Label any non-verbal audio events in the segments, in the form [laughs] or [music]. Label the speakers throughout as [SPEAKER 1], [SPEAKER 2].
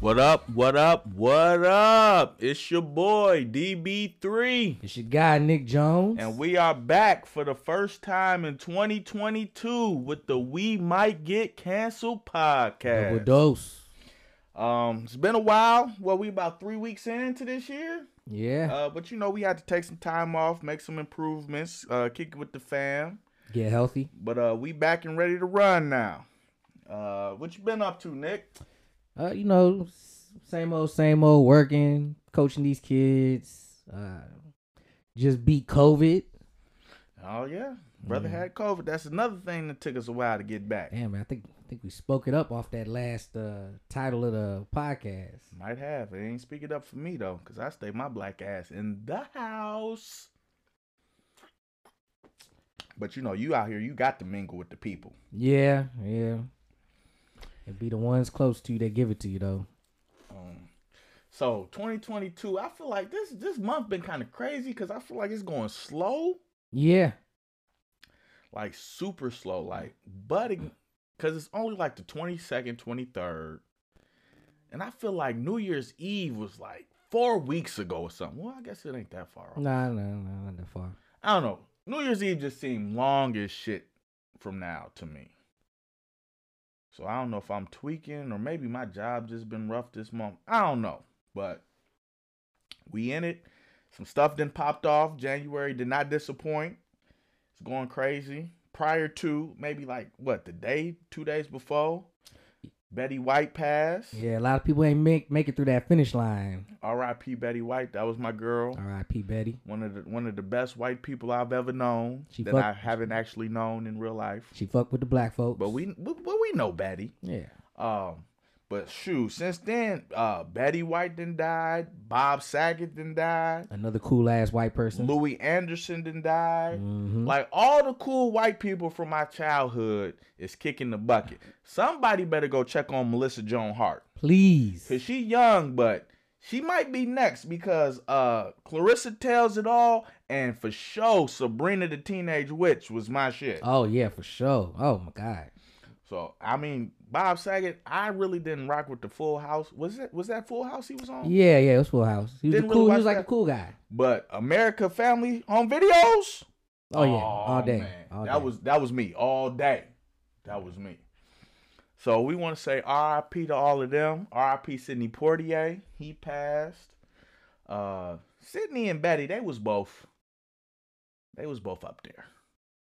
[SPEAKER 1] What up? What up? What up? It's your boy DB3,
[SPEAKER 2] It's your guy Nick Jones.
[SPEAKER 1] and we are back for the first time in 2022 with the We Might Get Canceled
[SPEAKER 2] double
[SPEAKER 1] podcast.
[SPEAKER 2] dose.
[SPEAKER 1] Um, it's been a while. Well, we about three weeks into this year,
[SPEAKER 2] Yeah.
[SPEAKER 1] uh, but you know we had to take some time off, make some improvements, uh, kick it with the fam.
[SPEAKER 2] Get healthy.
[SPEAKER 1] But uh, we back and ready to run now. Uh, what you been up to, Nick?
[SPEAKER 2] Uh, you know, s- same old, same old. Working, coaching these kids. Uh, just beat COVID.
[SPEAKER 1] Oh yeah, brother
[SPEAKER 2] Yeah.
[SPEAKER 1] had COVID. That's another thing that took us a while to get back.
[SPEAKER 2] Damn, man, I think I think we spoke it up off that last uh, title of the podcast.
[SPEAKER 1] Might have. It ain't speak it up for me though, cause I stay my black ass in the house. But you know, you out here, you got to mingle with the people.
[SPEAKER 2] Yeah, yeah. And be the ones close to you that give it to you though.
[SPEAKER 1] Um, so 2022, I feel like this this month been kind of crazy, cause I feel like it's going slow,
[SPEAKER 2] Yeah.
[SPEAKER 1] like super slow, like but it- cause it's only like the 22nd, 23rd, and I feel like New Year's Eve was like four weeks ago or something. Well, I guess it ain't that far off.
[SPEAKER 2] Nah, nah, nah, not that far.
[SPEAKER 1] I don't know. New Year's Eve just seemed long as shit from now to me. So I don't know if I'm tweaking or maybe my job just been rough this month. I don't know. But we in it. Some stuff then popped off. January did not disappoint. It's going crazy. Prior to maybe like what the day, two days before, Betty White passed.
[SPEAKER 2] Yeah, a lot of people ain't make make it through that finish line.
[SPEAKER 1] R.I.P. Betty White. That was my girl.
[SPEAKER 2] R.I.P. Betty.
[SPEAKER 1] one of the one of the best white people I've ever known
[SPEAKER 2] She
[SPEAKER 1] that
[SPEAKER 2] fuck-
[SPEAKER 1] I haven't actually known in real life.
[SPEAKER 2] She fucked with the black folks.
[SPEAKER 1] But we but we know Betty.
[SPEAKER 2] Yeah.
[SPEAKER 1] Um, but shoot, since then, uh, Betty White then died, Bob Saget then died,
[SPEAKER 2] Another cool ass white person.
[SPEAKER 1] Louis Anderson then died.
[SPEAKER 2] Mhm.
[SPEAKER 1] Like all the cool white people from my childhood is kicking the bucket. Somebody better go check on Melissa Joan Hart.
[SPEAKER 2] Please.
[SPEAKER 1] Cause she young, but she might be next because uh Clarissa tells it all, and for sure Sabrina the Teenage Witch was my shit.
[SPEAKER 2] Oh yeah, for sure. Oh my god.
[SPEAKER 1] So I mean, Bob Saget, I really didn't rock with the Full House. Was it was that Full House he was on?
[SPEAKER 2] Yeah, yeah, it was Full House. He was a
[SPEAKER 1] Didn't really
[SPEAKER 2] cool. he
[SPEAKER 1] watch
[SPEAKER 2] was like
[SPEAKER 1] that.
[SPEAKER 2] a cool guy.
[SPEAKER 1] But America Family Home Videos.
[SPEAKER 2] Oh yeah, all day.
[SPEAKER 1] man.
[SPEAKER 2] All
[SPEAKER 1] that
[SPEAKER 2] day.
[SPEAKER 1] was that was me all day. That was me. So we want to say R.I.P. to all of them. R.I.P. Sidney Portier. He passed. Uh, Sidney and Betty, they was both. They was both up there.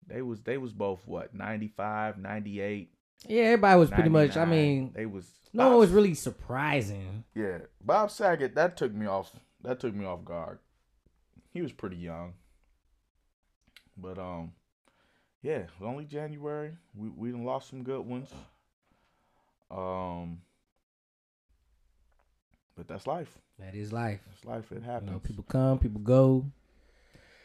[SPEAKER 1] They was they was both what 95, 98,
[SPEAKER 2] yeah. Everybody was pretty much. I
[SPEAKER 1] 99.
[SPEAKER 2] mean,
[SPEAKER 1] they was
[SPEAKER 2] no one was really surprising.
[SPEAKER 1] yeah. Bob Saget that took me off that took me off guard. He was pretty young. But um yeah, it was only January. We we done lost some good ones. Um but that's life.
[SPEAKER 2] That is life.
[SPEAKER 1] That's life. It
[SPEAKER 2] You know,
[SPEAKER 1] happens.
[SPEAKER 2] people come, people go.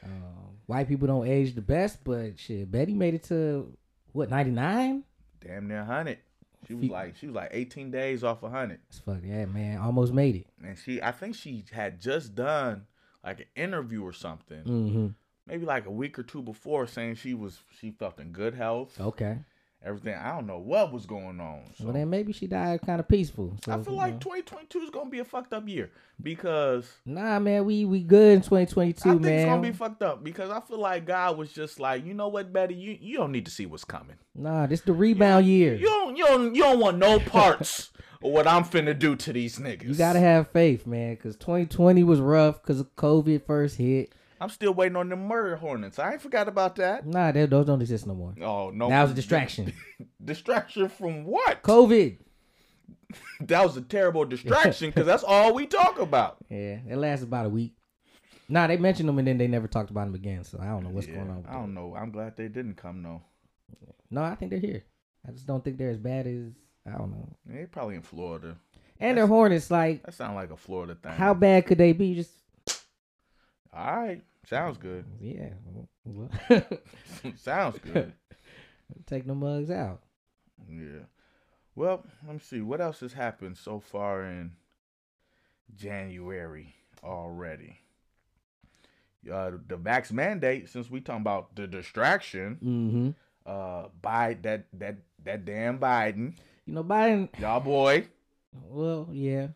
[SPEAKER 2] Um, white people don't age the best, but shit, Betty made it to what ninety nine.
[SPEAKER 1] Damn near hundred. She was
[SPEAKER 2] Fe-
[SPEAKER 1] like she was like 18 days off a hundred.
[SPEAKER 2] That's fuck yeah, man. Almost made it.
[SPEAKER 1] And she I think she had just done like an interview or something.
[SPEAKER 2] hmm
[SPEAKER 1] Maybe like a week or two before saying she was she felt in good health.
[SPEAKER 2] Okay.
[SPEAKER 1] everything. I don't know what was going on. So
[SPEAKER 2] well, then maybe she died kind of peaceful. So,
[SPEAKER 1] I feel
[SPEAKER 2] you
[SPEAKER 1] like
[SPEAKER 2] know.
[SPEAKER 1] 2022 is gonna be a fucked up year because
[SPEAKER 2] nah, man. We we good in twenty twenty
[SPEAKER 1] I
[SPEAKER 2] two,
[SPEAKER 1] think it's
[SPEAKER 2] man.
[SPEAKER 1] gonna be fucked up because I feel like God was just like, you know what, Betty, you you don't need to see what's coming.
[SPEAKER 2] nah, this the rebound year.
[SPEAKER 1] You don't you don't you don't want
[SPEAKER 2] [laughs]
[SPEAKER 1] no parts of what I'm finna do to these niggas.
[SPEAKER 2] You gotta have faith, man, because 2020 was rough because of COVID first hit.
[SPEAKER 1] I'm still waiting on the murder hornets. I ain't forgot about that.
[SPEAKER 2] Nah, they, those don't exist no more.
[SPEAKER 1] Oh no!
[SPEAKER 2] That was a distraction.
[SPEAKER 1] [laughs]
[SPEAKER 2] [laughs]
[SPEAKER 1] Distraction from what?
[SPEAKER 2] COVID.
[SPEAKER 1] [laughs] That was a terrible
[SPEAKER 2] [laughs]
[SPEAKER 1] distraction because that's all we talk about.
[SPEAKER 2] Yeah, it lasted about a week. Nah, they mentioned them and then they never talked about them again. So I don't know what's
[SPEAKER 1] Yeah,
[SPEAKER 2] going on. With
[SPEAKER 1] I
[SPEAKER 2] them.
[SPEAKER 1] don't know. I'm glad they didn't come though.
[SPEAKER 2] No, I think they're here. I just don't think they're as bad as I don't know.
[SPEAKER 1] They probably in Florida.
[SPEAKER 2] And their Hornets, like,
[SPEAKER 1] That sound like a Florida thing.
[SPEAKER 2] how bad could they be? Just
[SPEAKER 1] All right, sounds good. [laughs]
[SPEAKER 2] yeah, [laughs] well, [laughs]
[SPEAKER 1] sounds good.
[SPEAKER 2] take the mugs out.
[SPEAKER 1] Yeah. Well, let me see what else has happened so far in January already. Uh, the vax mandate. Since we talking about the distraction,
[SPEAKER 2] Mm-hmm.
[SPEAKER 1] uh, by that that that damn Biden,
[SPEAKER 2] You know, Biden.
[SPEAKER 1] y'all boy.
[SPEAKER 2] Well, yeah,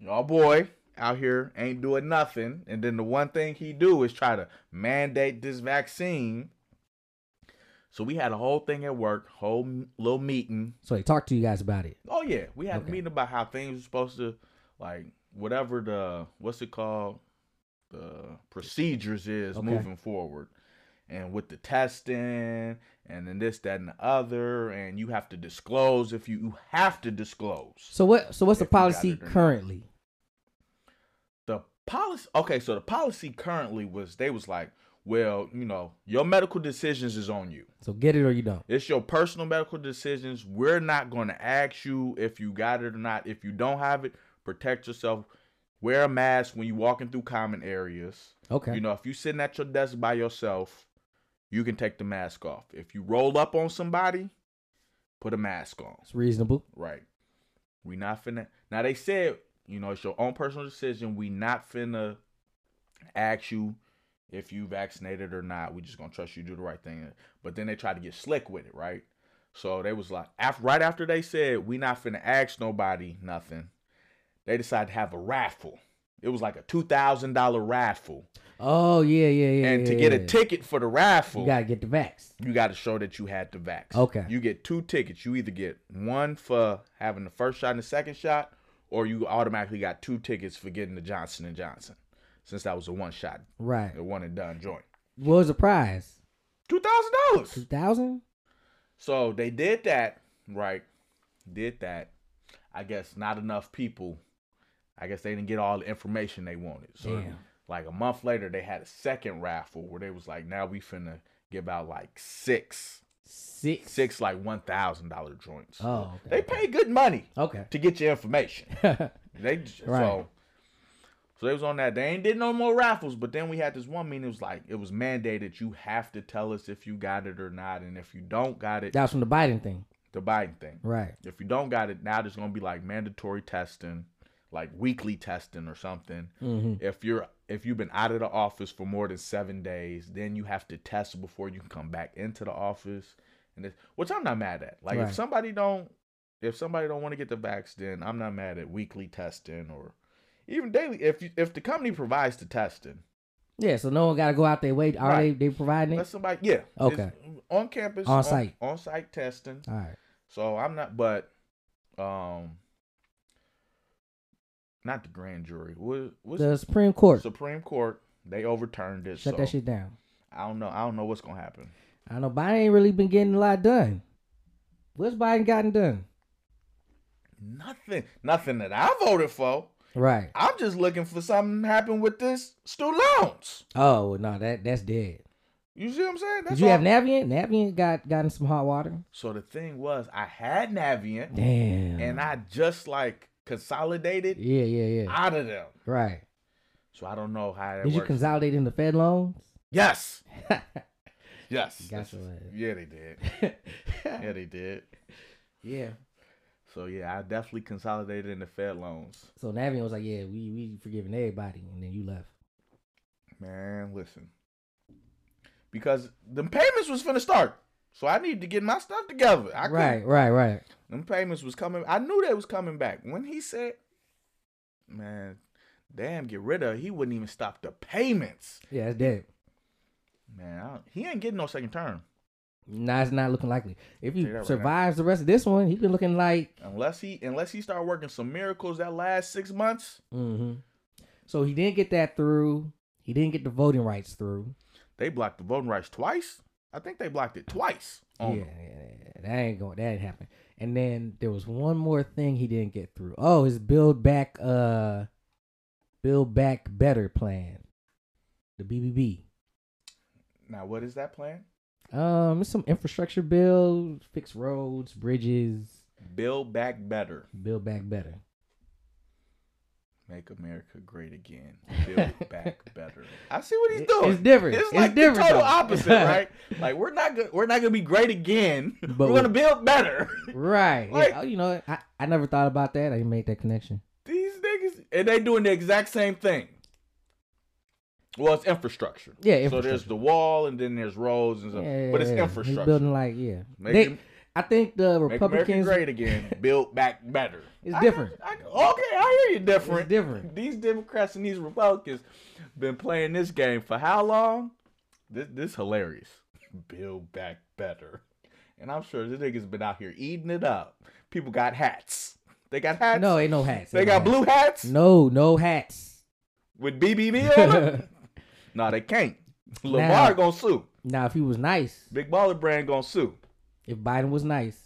[SPEAKER 1] Y'all boy out here ain't doing nothing, and then the one thing he do is try to mandate this vaccine. So we had a whole thing at work, whole m- little meeting.
[SPEAKER 2] So they talked to you guys about it.
[SPEAKER 1] Oh yeah, we had
[SPEAKER 2] Okay.
[SPEAKER 1] a meeting about how things were supposed to, like whatever the what's it called, the procedures is
[SPEAKER 2] Okay.
[SPEAKER 1] moving forward, and with the testing, and then this, that, and the other, and you have to disclose if you, you have to disclose
[SPEAKER 2] So what? So what's the
[SPEAKER 1] If you got
[SPEAKER 2] policy
[SPEAKER 1] it or not.
[SPEAKER 2] currently?
[SPEAKER 1] the policy. Okay, so the policy currently was they was like, well, you know, your medical decisions is on you.
[SPEAKER 2] So get it or you don't.
[SPEAKER 1] It's your personal medical decisions. We're not going to ask you if you got it or not. If you don't have it, protect yourself. Wear a mask when you're walking through common areas.
[SPEAKER 2] Okay.
[SPEAKER 1] You know, if you're sitting at your desk by yourself, you can take the mask off. If you roll up on somebody, put a mask on.
[SPEAKER 2] it's reasonable.
[SPEAKER 1] Right. We not finna. Now they said, you know, it's your own personal decision. We not finna ask you if you vaccinated or not. We just gonna trust you to do the right thing. But then they tried to get slick with it, right? So they was like, after, right after they said we not finna ask nobody nothing, they decided to have a raffle. It was like a two thousand dollar raffle,
[SPEAKER 2] Oh yeah, yeah, yeah.
[SPEAKER 1] and to
[SPEAKER 2] yeah,
[SPEAKER 1] get
[SPEAKER 2] yeah.
[SPEAKER 1] a ticket for the raffle,
[SPEAKER 2] you gotta get the vax.
[SPEAKER 1] you got to show that you had the vax.
[SPEAKER 2] Okay.
[SPEAKER 1] You get two tickets. You either get one for having the first shot and the second shot, or you automatically got two tickets for getting the Johnson and Johnson, since that was a one shot,
[SPEAKER 2] Right.
[SPEAKER 1] a one and done joint.
[SPEAKER 2] What was the prize?
[SPEAKER 1] Two thousand
[SPEAKER 2] Two
[SPEAKER 1] dollars.
[SPEAKER 2] thousand.
[SPEAKER 1] So they did that, right? Did that. I guess not enough people. I guess they didn't get all the information they wanted. So
[SPEAKER 2] Damn.
[SPEAKER 1] like a month later, they had a second raffle where they was like, now we finna give out like six
[SPEAKER 2] Six.
[SPEAKER 1] six like one thousand dollar joints.
[SPEAKER 2] Oh, okay,
[SPEAKER 1] they pay good money
[SPEAKER 2] Okay. [laughs]
[SPEAKER 1] to get your information. [laughs] They j-
[SPEAKER 2] Right.
[SPEAKER 1] so so they was on that. They ain't did no more raffles, but then we had this one meeting. It was like it was mandated. You have to tell us if you got it or not, and if you don't got it,
[SPEAKER 2] that was from the Biden thing.
[SPEAKER 1] the Biden thing.
[SPEAKER 2] Right.
[SPEAKER 1] If you don't got it, now there's gonna be like mandatory testing, like weekly testing or something.
[SPEAKER 2] Mm-hmm.
[SPEAKER 1] If you're if you've been out of the office for more than seven days, then you have to test before you can come back into the office. And it, which I'm not mad at. Like
[SPEAKER 2] Right.
[SPEAKER 1] if somebody don't if somebody don't want to get the vax, then I'm not mad at weekly testing or even daily. If you, if the company provides the testing,
[SPEAKER 2] Yeah. So no one gotta go out their way. Are
[SPEAKER 1] Right.
[SPEAKER 2] they? They providing
[SPEAKER 1] let
[SPEAKER 2] it.
[SPEAKER 1] somebody yeah it's
[SPEAKER 2] Okay.
[SPEAKER 1] on campus
[SPEAKER 2] On site.
[SPEAKER 1] on site testing.
[SPEAKER 2] All right.
[SPEAKER 1] So I'm not, but um, not the grand jury. What what's
[SPEAKER 2] The Supreme Court
[SPEAKER 1] Supreme Court? They overturned it.
[SPEAKER 2] shut
[SPEAKER 1] so
[SPEAKER 2] that shit down.
[SPEAKER 1] I don't know. I don't know what's gonna happen.
[SPEAKER 2] I know Biden ain't really been getting a lot done. What's Biden gotten done?
[SPEAKER 1] Nothing. Nothing that I voted for.
[SPEAKER 2] Right.
[SPEAKER 1] I'm just looking for something to happen with this student loans.
[SPEAKER 2] Oh no, that that's dead.
[SPEAKER 1] You see what I'm saying?
[SPEAKER 2] Did you have
[SPEAKER 1] all.
[SPEAKER 2] Navient? Navient got gotten some hot water.
[SPEAKER 1] so the thing was, I had Navient,
[SPEAKER 2] Damn.
[SPEAKER 1] and I just like consolidated
[SPEAKER 2] Yeah, yeah, yeah.
[SPEAKER 1] out of them.
[SPEAKER 2] right.
[SPEAKER 1] So I don't know how that
[SPEAKER 2] Did you
[SPEAKER 1] works.
[SPEAKER 2] consolidate in the Fed loans?
[SPEAKER 1] yes. Yes.
[SPEAKER 2] Got your
[SPEAKER 1] Yeah, they did. Yeah, they did.
[SPEAKER 2] [laughs] yeah.
[SPEAKER 1] So yeah, I definitely consolidated in the Fed loans.
[SPEAKER 2] So Navient was like, "Yeah, we we forgiving everybody," and then you left.
[SPEAKER 1] Man, listen. Because them payments was finna start. So I needed to get my stuff together. I couldn't-
[SPEAKER 2] right, right, right.
[SPEAKER 1] Them payments was coming. I knew they was coming back. When he said, man, damn, get rid of, he wouldn't even stop the payments.
[SPEAKER 2] Yeah, it's dead.
[SPEAKER 1] Man, I don't- he ain't getting no second term.
[SPEAKER 2] Nah, it's not looking likely. If
[SPEAKER 1] Say that
[SPEAKER 2] he
[SPEAKER 1] right now.
[SPEAKER 2] survives the rest of this one, he been looking like.
[SPEAKER 1] Unless he unless he start working some miracles that last six months,
[SPEAKER 2] hmm So he didn't get that through. He didn't get the voting rights through.
[SPEAKER 1] they blocked the voting rights twice. I think they blocked it twice. on
[SPEAKER 2] yeah,
[SPEAKER 1] him.
[SPEAKER 2] yeah, that ain't going. That ain't happen. And then there was one more thing he didn't get through. Oh, his build back, uh, build back better plan, the BBB.
[SPEAKER 1] Now what is that plan?
[SPEAKER 2] Um, it's some infrastructure build, fix roads, bridges,
[SPEAKER 1] Build back better.
[SPEAKER 2] build back better.
[SPEAKER 1] Make America great again.
[SPEAKER 2] [laughs]
[SPEAKER 1] Build back better. I see what he's
[SPEAKER 2] It-
[SPEAKER 1] doing.
[SPEAKER 2] It's different.
[SPEAKER 1] It's like
[SPEAKER 2] different,
[SPEAKER 1] the total
[SPEAKER 2] though. [laughs]
[SPEAKER 1] opposite, right? Like we're not gonna we're not gonna be great again.
[SPEAKER 2] But
[SPEAKER 1] we're
[SPEAKER 2] we-
[SPEAKER 1] gonna build better. [laughs]
[SPEAKER 2] right.
[SPEAKER 1] Like-
[SPEAKER 2] yeah, oh, you know, I, I never thought about that. I didn't make that connection.
[SPEAKER 1] These niggas and they doing the exact same thing. Well, it's infrastructure.
[SPEAKER 2] Yeah,
[SPEAKER 1] So there's
[SPEAKER 2] infrastructure.
[SPEAKER 1] the wall and then there's roads and stuff.
[SPEAKER 2] Yeah,
[SPEAKER 1] but it's
[SPEAKER 2] yeah, yeah. He's
[SPEAKER 1] infrastructure.
[SPEAKER 2] building like yeah.
[SPEAKER 1] Make
[SPEAKER 2] they
[SPEAKER 1] him-
[SPEAKER 2] I think the
[SPEAKER 1] Make America
[SPEAKER 2] Republicans
[SPEAKER 1] great
[SPEAKER 2] [laughs]
[SPEAKER 1] again. Build back better.
[SPEAKER 2] It's
[SPEAKER 1] I
[SPEAKER 2] different.
[SPEAKER 1] got- I got- okay, I hear you. Different.
[SPEAKER 2] It's different.
[SPEAKER 1] These Democrats and these Republicans been playing this game for how long? This this hilarious. Build back better. And I'm sure this nigga's been out here eating it up. People got hats. They got hats.
[SPEAKER 2] No, ain't no hats.
[SPEAKER 1] they
[SPEAKER 2] Ain't
[SPEAKER 1] got
[SPEAKER 2] no
[SPEAKER 1] blue hats
[SPEAKER 2] hats. No, no hats.
[SPEAKER 1] with BBB on
[SPEAKER 2] [laughs]
[SPEAKER 1] them. no, they can't. Lamar
[SPEAKER 2] Now-
[SPEAKER 1] gonna sue.
[SPEAKER 2] now, if he was nice,
[SPEAKER 1] Big Baller Brand gonna sue.
[SPEAKER 2] if Biden was nice,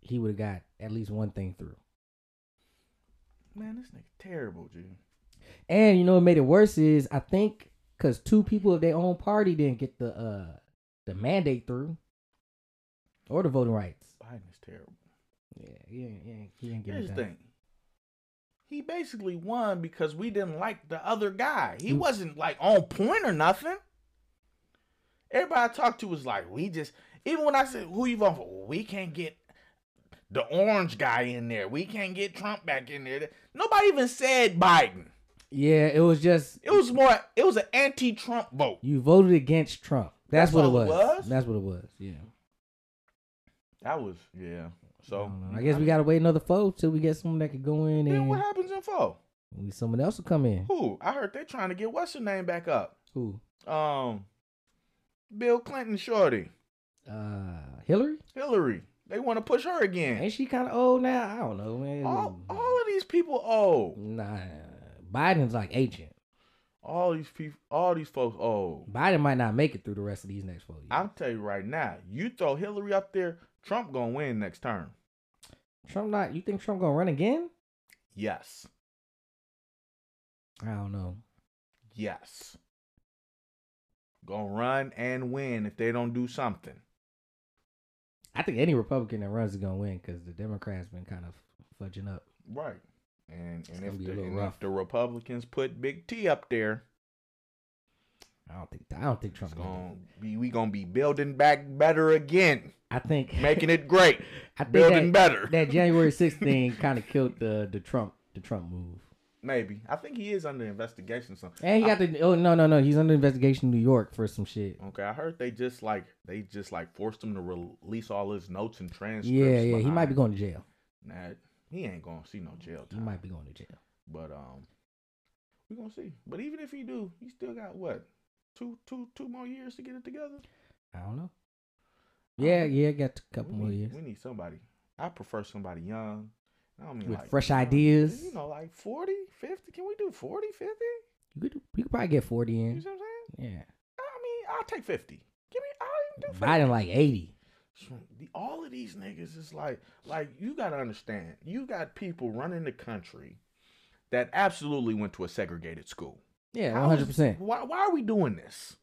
[SPEAKER 2] he would have got at least one thing through.
[SPEAKER 1] Man, this nigga terrible, G.
[SPEAKER 2] And you know what made it worse is I think because two people of their own party didn't get the uh the mandate through or the voting rights.
[SPEAKER 1] Biden is terrible.
[SPEAKER 2] Yeah, he ain't, he ain't, he didn't get
[SPEAKER 1] Here's
[SPEAKER 2] it
[SPEAKER 1] the
[SPEAKER 2] done.
[SPEAKER 1] thing. He basically won because we didn't like the other guy. He
[SPEAKER 2] Mm.
[SPEAKER 1] wasn't like on point or nothing. Everybody I talked to was like, we just even when I said who you voting for, we can't get the orange guy in there. We can't get Trump back in there. Nobody even said Biden.
[SPEAKER 2] Yeah, it was just
[SPEAKER 1] It was more it was an anti-Trump vote.
[SPEAKER 2] you voted against Trump. That's,
[SPEAKER 1] That's
[SPEAKER 2] what it
[SPEAKER 1] all it
[SPEAKER 2] was.
[SPEAKER 1] was?
[SPEAKER 2] That's what it was. Yeah.
[SPEAKER 1] That was yeah.
[SPEAKER 2] I,
[SPEAKER 1] So
[SPEAKER 2] don't know. I guess we gotta wait another foe till we get someone that could go in
[SPEAKER 1] Then what
[SPEAKER 2] and
[SPEAKER 1] happens in fall?
[SPEAKER 2] maybe someone else will come in.
[SPEAKER 1] Who? I heard they trying to get what's her name back up.
[SPEAKER 2] Who?
[SPEAKER 1] Um Bill Clinton Shorty.
[SPEAKER 2] Uh, Hillary?
[SPEAKER 1] Hillary. They want to push her again.
[SPEAKER 2] Ain't she kind of old now? I don't know, man.
[SPEAKER 1] All, all of these people old.
[SPEAKER 2] Nah, Biden's like ancient.
[SPEAKER 1] All these people, all these folks old.
[SPEAKER 2] Biden might not make it through the rest of these next four years.
[SPEAKER 1] I'm tell you right now, you throw Hillary up there, Trump gonna win next term.
[SPEAKER 2] Trump not. You think Trump gonna run again?
[SPEAKER 1] Yes,
[SPEAKER 2] I don't know.
[SPEAKER 1] yes. Gonna run and win if they don't do something.
[SPEAKER 2] I think any Republican that runs is gonna win because the Democrats been kind of fudging up.
[SPEAKER 1] Right. And and
[SPEAKER 2] gonna
[SPEAKER 1] if
[SPEAKER 2] be a
[SPEAKER 1] the,
[SPEAKER 2] little
[SPEAKER 1] and
[SPEAKER 2] rough.
[SPEAKER 1] if the Republicans put Big T up there,
[SPEAKER 2] I don't think. I don't think
[SPEAKER 1] it's
[SPEAKER 2] Trump. Gonna. do
[SPEAKER 1] gonna
[SPEAKER 2] it.
[SPEAKER 1] be we gonna be building back better again,
[SPEAKER 2] I think [laughs]
[SPEAKER 1] making it great,
[SPEAKER 2] I think
[SPEAKER 1] building
[SPEAKER 2] that,
[SPEAKER 1] better.
[SPEAKER 2] that January 6th thing kind of killed the the Trump the Trump move.
[SPEAKER 1] [laughs] Maybe I think he is under investigation. or something.
[SPEAKER 2] And he got the oh no no no he's under investigation in New York for some shit.
[SPEAKER 1] Okay, I heard they just like they just like forced him to release all his notes and transcripts.
[SPEAKER 2] Yeah yeah he might be
[SPEAKER 1] behind-
[SPEAKER 2] going to jail.
[SPEAKER 1] Nah, he ain't gonna see no jail
[SPEAKER 2] He
[SPEAKER 1] time.
[SPEAKER 2] might be going to jail.
[SPEAKER 1] But um, we gonna see. But even if he do, he still got what two two two more years to get it together.
[SPEAKER 2] I don't know.
[SPEAKER 1] I don't
[SPEAKER 2] Yeah
[SPEAKER 1] know.
[SPEAKER 2] yeah got a couple
[SPEAKER 1] we
[SPEAKER 2] more
[SPEAKER 1] need,
[SPEAKER 2] years.
[SPEAKER 1] We need somebody. I prefer somebody young. I don't mean
[SPEAKER 2] With
[SPEAKER 1] like
[SPEAKER 2] fresh
[SPEAKER 1] young,
[SPEAKER 2] ideas.
[SPEAKER 1] You know, like 40, 50. Can we do 40, 50?
[SPEAKER 2] You could you could probably get 40
[SPEAKER 1] You see what I'm
[SPEAKER 2] in.
[SPEAKER 1] saying?
[SPEAKER 2] Yeah.
[SPEAKER 1] I mean, I'll take 50. Give me, I'll even do 50.
[SPEAKER 2] Biden like 80.
[SPEAKER 1] So, the- all of these niggas is like like you gotta understand you got people running the country that absolutely went to a segregated school
[SPEAKER 2] Yeah,
[SPEAKER 1] How is-
[SPEAKER 2] 100%.
[SPEAKER 1] why, why are we doing this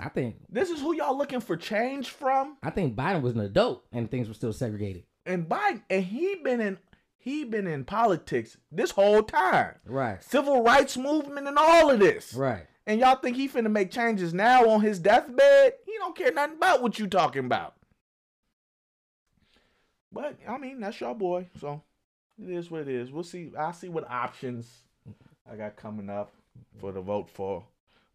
[SPEAKER 2] I think
[SPEAKER 1] this is who y'all looking for change from
[SPEAKER 2] I think Biden was an adult and things were still segregated.
[SPEAKER 1] and biden and he been in he been in politics this whole time
[SPEAKER 2] Right.
[SPEAKER 1] civil rights movement and all of this
[SPEAKER 2] Right.
[SPEAKER 1] and y'all think he finna make changes now on his deathbed? He don't care nothing about what you talking about. But I mean, that's your boy, so it is what it is. We'll see. I'll see what options I got coming up for the vote for.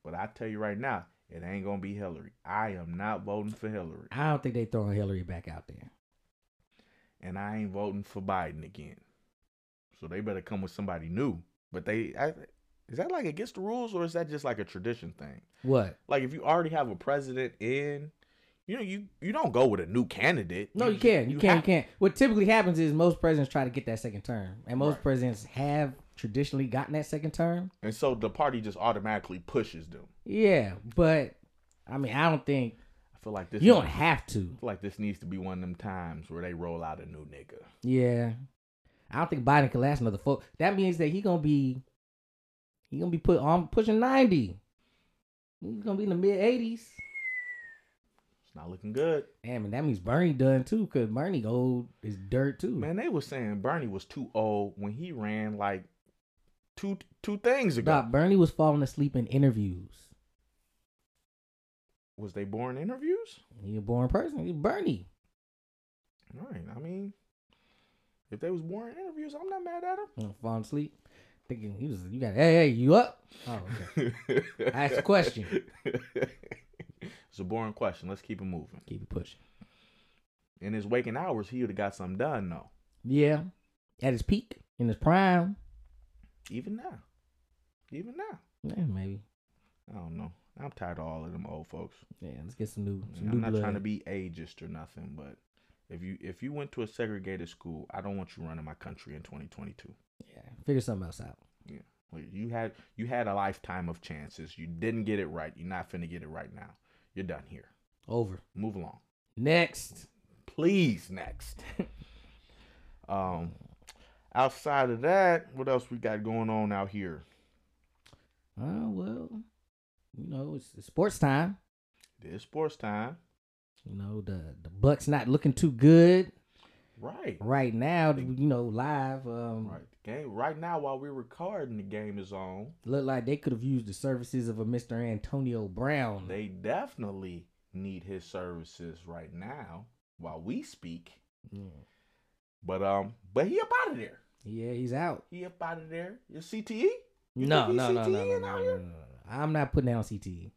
[SPEAKER 1] But I tell you right now, it ain't gonna be Hillary. I am not voting for Hillary,
[SPEAKER 2] I don't think they throwing Hillary back out there.
[SPEAKER 1] and I ain't voting for Biden again. So they better come with somebody new. But they, I, is that like against the rules, or is that just like a tradition thing?
[SPEAKER 2] What?
[SPEAKER 1] like if you already have a president in, you know, you you don't go with a new candidate.
[SPEAKER 2] No, you can't. You, can't.
[SPEAKER 1] have-
[SPEAKER 2] You can't. What typically happens is most presidents try to get that second term, and most
[SPEAKER 1] Right.
[SPEAKER 2] presidents have traditionally gotten that second term.
[SPEAKER 1] And so the party just automatically pushes them.
[SPEAKER 2] Yeah, but I mean, I don't think
[SPEAKER 1] I feel like this.
[SPEAKER 2] you don't
[SPEAKER 1] needs-
[SPEAKER 2] have to.
[SPEAKER 1] I feel like this needs to be one of them times where they roll out a new nigga.
[SPEAKER 2] Yeah, I don't think Biden can last another four. That means that he gonna be he gonna be put on pushing ninety. He's gonna be in the mid eighties.
[SPEAKER 1] It's not looking good,
[SPEAKER 2] Damn, and that means Bernie done too, cause Bernie old is dirt too.
[SPEAKER 1] man. They were saying Bernie was too old when he ran like two two things ago.
[SPEAKER 2] Nah, Bernie was falling asleep in interviews.
[SPEAKER 1] Was they born interviews?
[SPEAKER 2] He a born person. He Bernie.
[SPEAKER 1] Right. I mean, if they was born interviews, I'm not mad at
[SPEAKER 2] You know, falling asleep. Thinking he was you got hey hey, you up? Oh okay.
[SPEAKER 1] [laughs] him.
[SPEAKER 2] Ask a question.
[SPEAKER 1] it's a boring question. Let's keep it moving.
[SPEAKER 2] [laughs] Keep it pushing.
[SPEAKER 1] In his waking hours, he would have got something done though.
[SPEAKER 2] Yeah. At his peak, in his prime.
[SPEAKER 1] Even now, even now,
[SPEAKER 2] Yeah, maybe.
[SPEAKER 1] I don't know. I'm tired of all of them old folks.
[SPEAKER 2] Yeah, let's get some new
[SPEAKER 1] I
[SPEAKER 2] some
[SPEAKER 1] mean,
[SPEAKER 2] new
[SPEAKER 1] I'm not
[SPEAKER 2] blood.
[SPEAKER 1] trying to be ageist or nothing, but if you if you went to a segregated school, I don't want you running my country in 2022.
[SPEAKER 2] yeah, figure something else out.
[SPEAKER 1] Like, You had you had a lifetime of chances. You didn't get it right. You're not finna get it right now. You're done here.
[SPEAKER 2] Over.
[SPEAKER 1] Move along.
[SPEAKER 2] Next.
[SPEAKER 1] Please next. um outside of that, what else we got going on out here?
[SPEAKER 2] Oh well. You know, it's, it's sports time.
[SPEAKER 1] It's sports time.
[SPEAKER 2] You know, the the Bucks not looking too good
[SPEAKER 1] Right.
[SPEAKER 2] right now, you know, live. Um
[SPEAKER 1] Right. The game right now while we're recording the game is on.
[SPEAKER 2] look like they could have used the services of a Mr. Antonio Brown.
[SPEAKER 1] They definitely need his services right now while we speak.
[SPEAKER 2] yeah.
[SPEAKER 1] But um, but he up out of there.
[SPEAKER 2] yeah, he's out.
[SPEAKER 1] He up out of there. Your E? CTE? You
[SPEAKER 2] No,
[SPEAKER 1] think
[SPEAKER 2] no,
[SPEAKER 1] he's
[SPEAKER 2] no, no, no,
[SPEAKER 1] CTE
[SPEAKER 2] no,
[SPEAKER 1] and all
[SPEAKER 2] no, no,
[SPEAKER 1] that?
[SPEAKER 2] no. I'm not putting down CTE.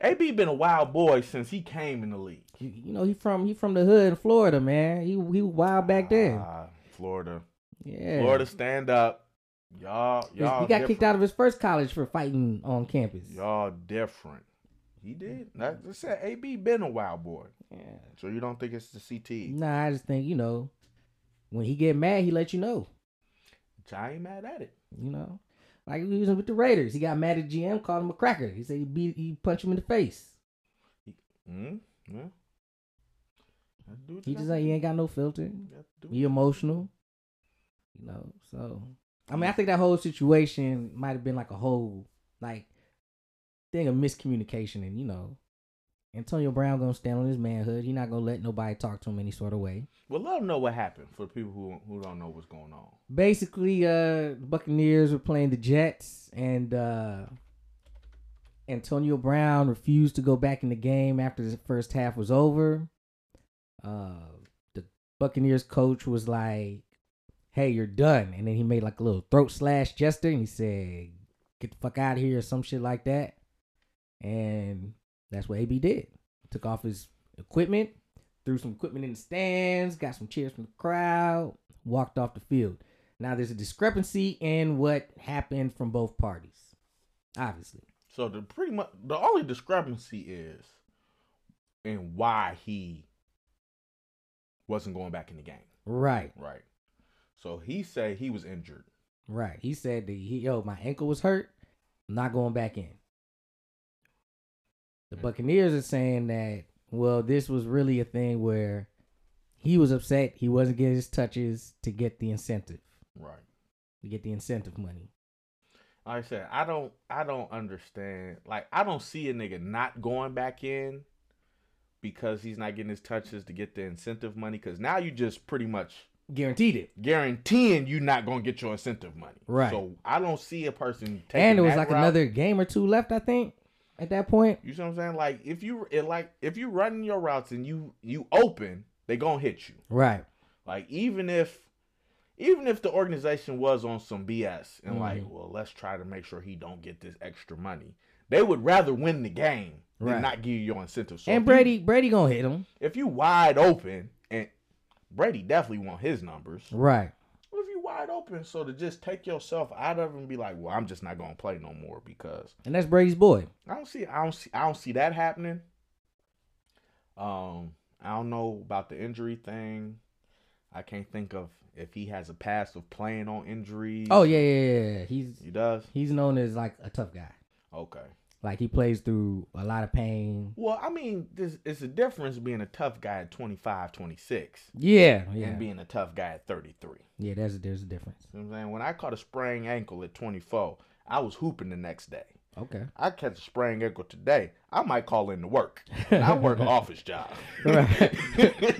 [SPEAKER 1] AB been a wild boy since he came in the league.
[SPEAKER 2] You, you know, he from he from the hood in Florida, man. He he wild back there.
[SPEAKER 1] Ah, Florida.
[SPEAKER 2] Yeah,
[SPEAKER 1] Florida stand up. Y'all,
[SPEAKER 2] He
[SPEAKER 1] y'all
[SPEAKER 2] got
[SPEAKER 1] different.
[SPEAKER 2] kicked out of his first college for fighting on campus.
[SPEAKER 1] Y'all different. Mm-hmm. He did. That's I said AB been a wild boy.
[SPEAKER 2] Yeah.
[SPEAKER 1] So you don't think it's the CTE?
[SPEAKER 2] Nah, I just think you know, when he get mad, he let you know.
[SPEAKER 1] Which I ain't mad at it.
[SPEAKER 2] You know, like he was with the Raiders. He got mad at GM, called him a cracker. He said he beat, he punched him in the face.
[SPEAKER 1] Mm, yeah. Gotta do what
[SPEAKER 2] He
[SPEAKER 1] you
[SPEAKER 2] just
[SPEAKER 1] gotta
[SPEAKER 2] like he
[SPEAKER 1] do.
[SPEAKER 2] ain't got no filter.
[SPEAKER 1] Gotta do
[SPEAKER 2] He emotional. You know, so I mean, I think that whole situation might have been like a whole like thing of miscommunication, and you know, Antonio Brown gonna stand on his manhood. He not gonna let nobody talk to him any sort of way.
[SPEAKER 1] Well, let them know what happened for the people who who don't know what's going on.
[SPEAKER 2] Basically, uh, the Buccaneers were playing the Jets, and uh, Antonio Brown refused to go back in the game after the first half was over. Uh, the Buccaneers coach was like, "Hey, you're done," and then he made like a little throat slash gesture, and he said, "Get the fuck out of here," or some shit like that. And that's what AB did. Took off his equipment, threw some equipment in the stands, got some cheers from the crowd, walked off the field. Now there's a discrepancy in what happened from both parties, obviously.
[SPEAKER 1] So the pretty much the only discrepancy is in why he wasn't going back in the game,
[SPEAKER 2] Right,
[SPEAKER 1] right? So he said he was injured.
[SPEAKER 2] right. He said that he, yo, my ankle was hurt. I'm not going back in. The Buccaneers are saying that, well, this was really a thing where he was upset. He wasn't getting his touches to get the incentive,
[SPEAKER 1] Right.
[SPEAKER 2] to get the incentive money.
[SPEAKER 1] Like I said, I don't I don't understand. Like I don't see a nigga not going back in because he's not getting his touches to get the incentive money. Cause now you just pretty much
[SPEAKER 2] Guaranteed it.
[SPEAKER 1] guaranteeing you not gonna get your incentive money.
[SPEAKER 2] Right.
[SPEAKER 1] So I don't see a person taking
[SPEAKER 2] and it was
[SPEAKER 1] that
[SPEAKER 2] like
[SPEAKER 1] route.
[SPEAKER 2] another game or two left, I think, at that point.
[SPEAKER 1] You see what I'm saying? Like if you it like if you running your routes and you you open, they gonna hit you.
[SPEAKER 2] Right.
[SPEAKER 1] Like even if even if the organization was on some BS and like,
[SPEAKER 2] Mhm.
[SPEAKER 1] well, let's try to make sure he don't get this extra money. They would rather win the game than
[SPEAKER 2] Right.
[SPEAKER 1] not give you your incentive. So if
[SPEAKER 2] and
[SPEAKER 1] you-
[SPEAKER 2] Brady, Brady gonna hit him.
[SPEAKER 1] if you wide open and Brady definitely want his numbers.
[SPEAKER 2] Right.
[SPEAKER 1] Well, if you wide open, so to just take yourself out of it and be like, well, I'm just not gonna play no more because
[SPEAKER 2] And that's Brady's boy.
[SPEAKER 1] I don't see I don't see I don't see that happening. Um, I don't know about the injury thing. I can't think of if he has a past of playing on injuries.
[SPEAKER 2] Oh yeah, yeah, yeah, yeah. He's
[SPEAKER 1] he does.
[SPEAKER 2] he's known as like a tough guy.
[SPEAKER 1] Okay.
[SPEAKER 2] Like he plays through a lot of pain.
[SPEAKER 1] Well, I mean, there's it's a difference being a tough guy at 25, 26
[SPEAKER 2] Yeah, yeah,
[SPEAKER 1] and being a tough guy at 33.
[SPEAKER 2] yeah. There's a, there's a difference.
[SPEAKER 1] You know what I'm saying? When I caught a sprained ankle at 24, I was hooping the next day.
[SPEAKER 2] Okay.
[SPEAKER 1] I catch a sprained ankle today, I might call in to work. And I
[SPEAKER 2] [laughs]
[SPEAKER 1] work an office job. [laughs]
[SPEAKER 2] Right.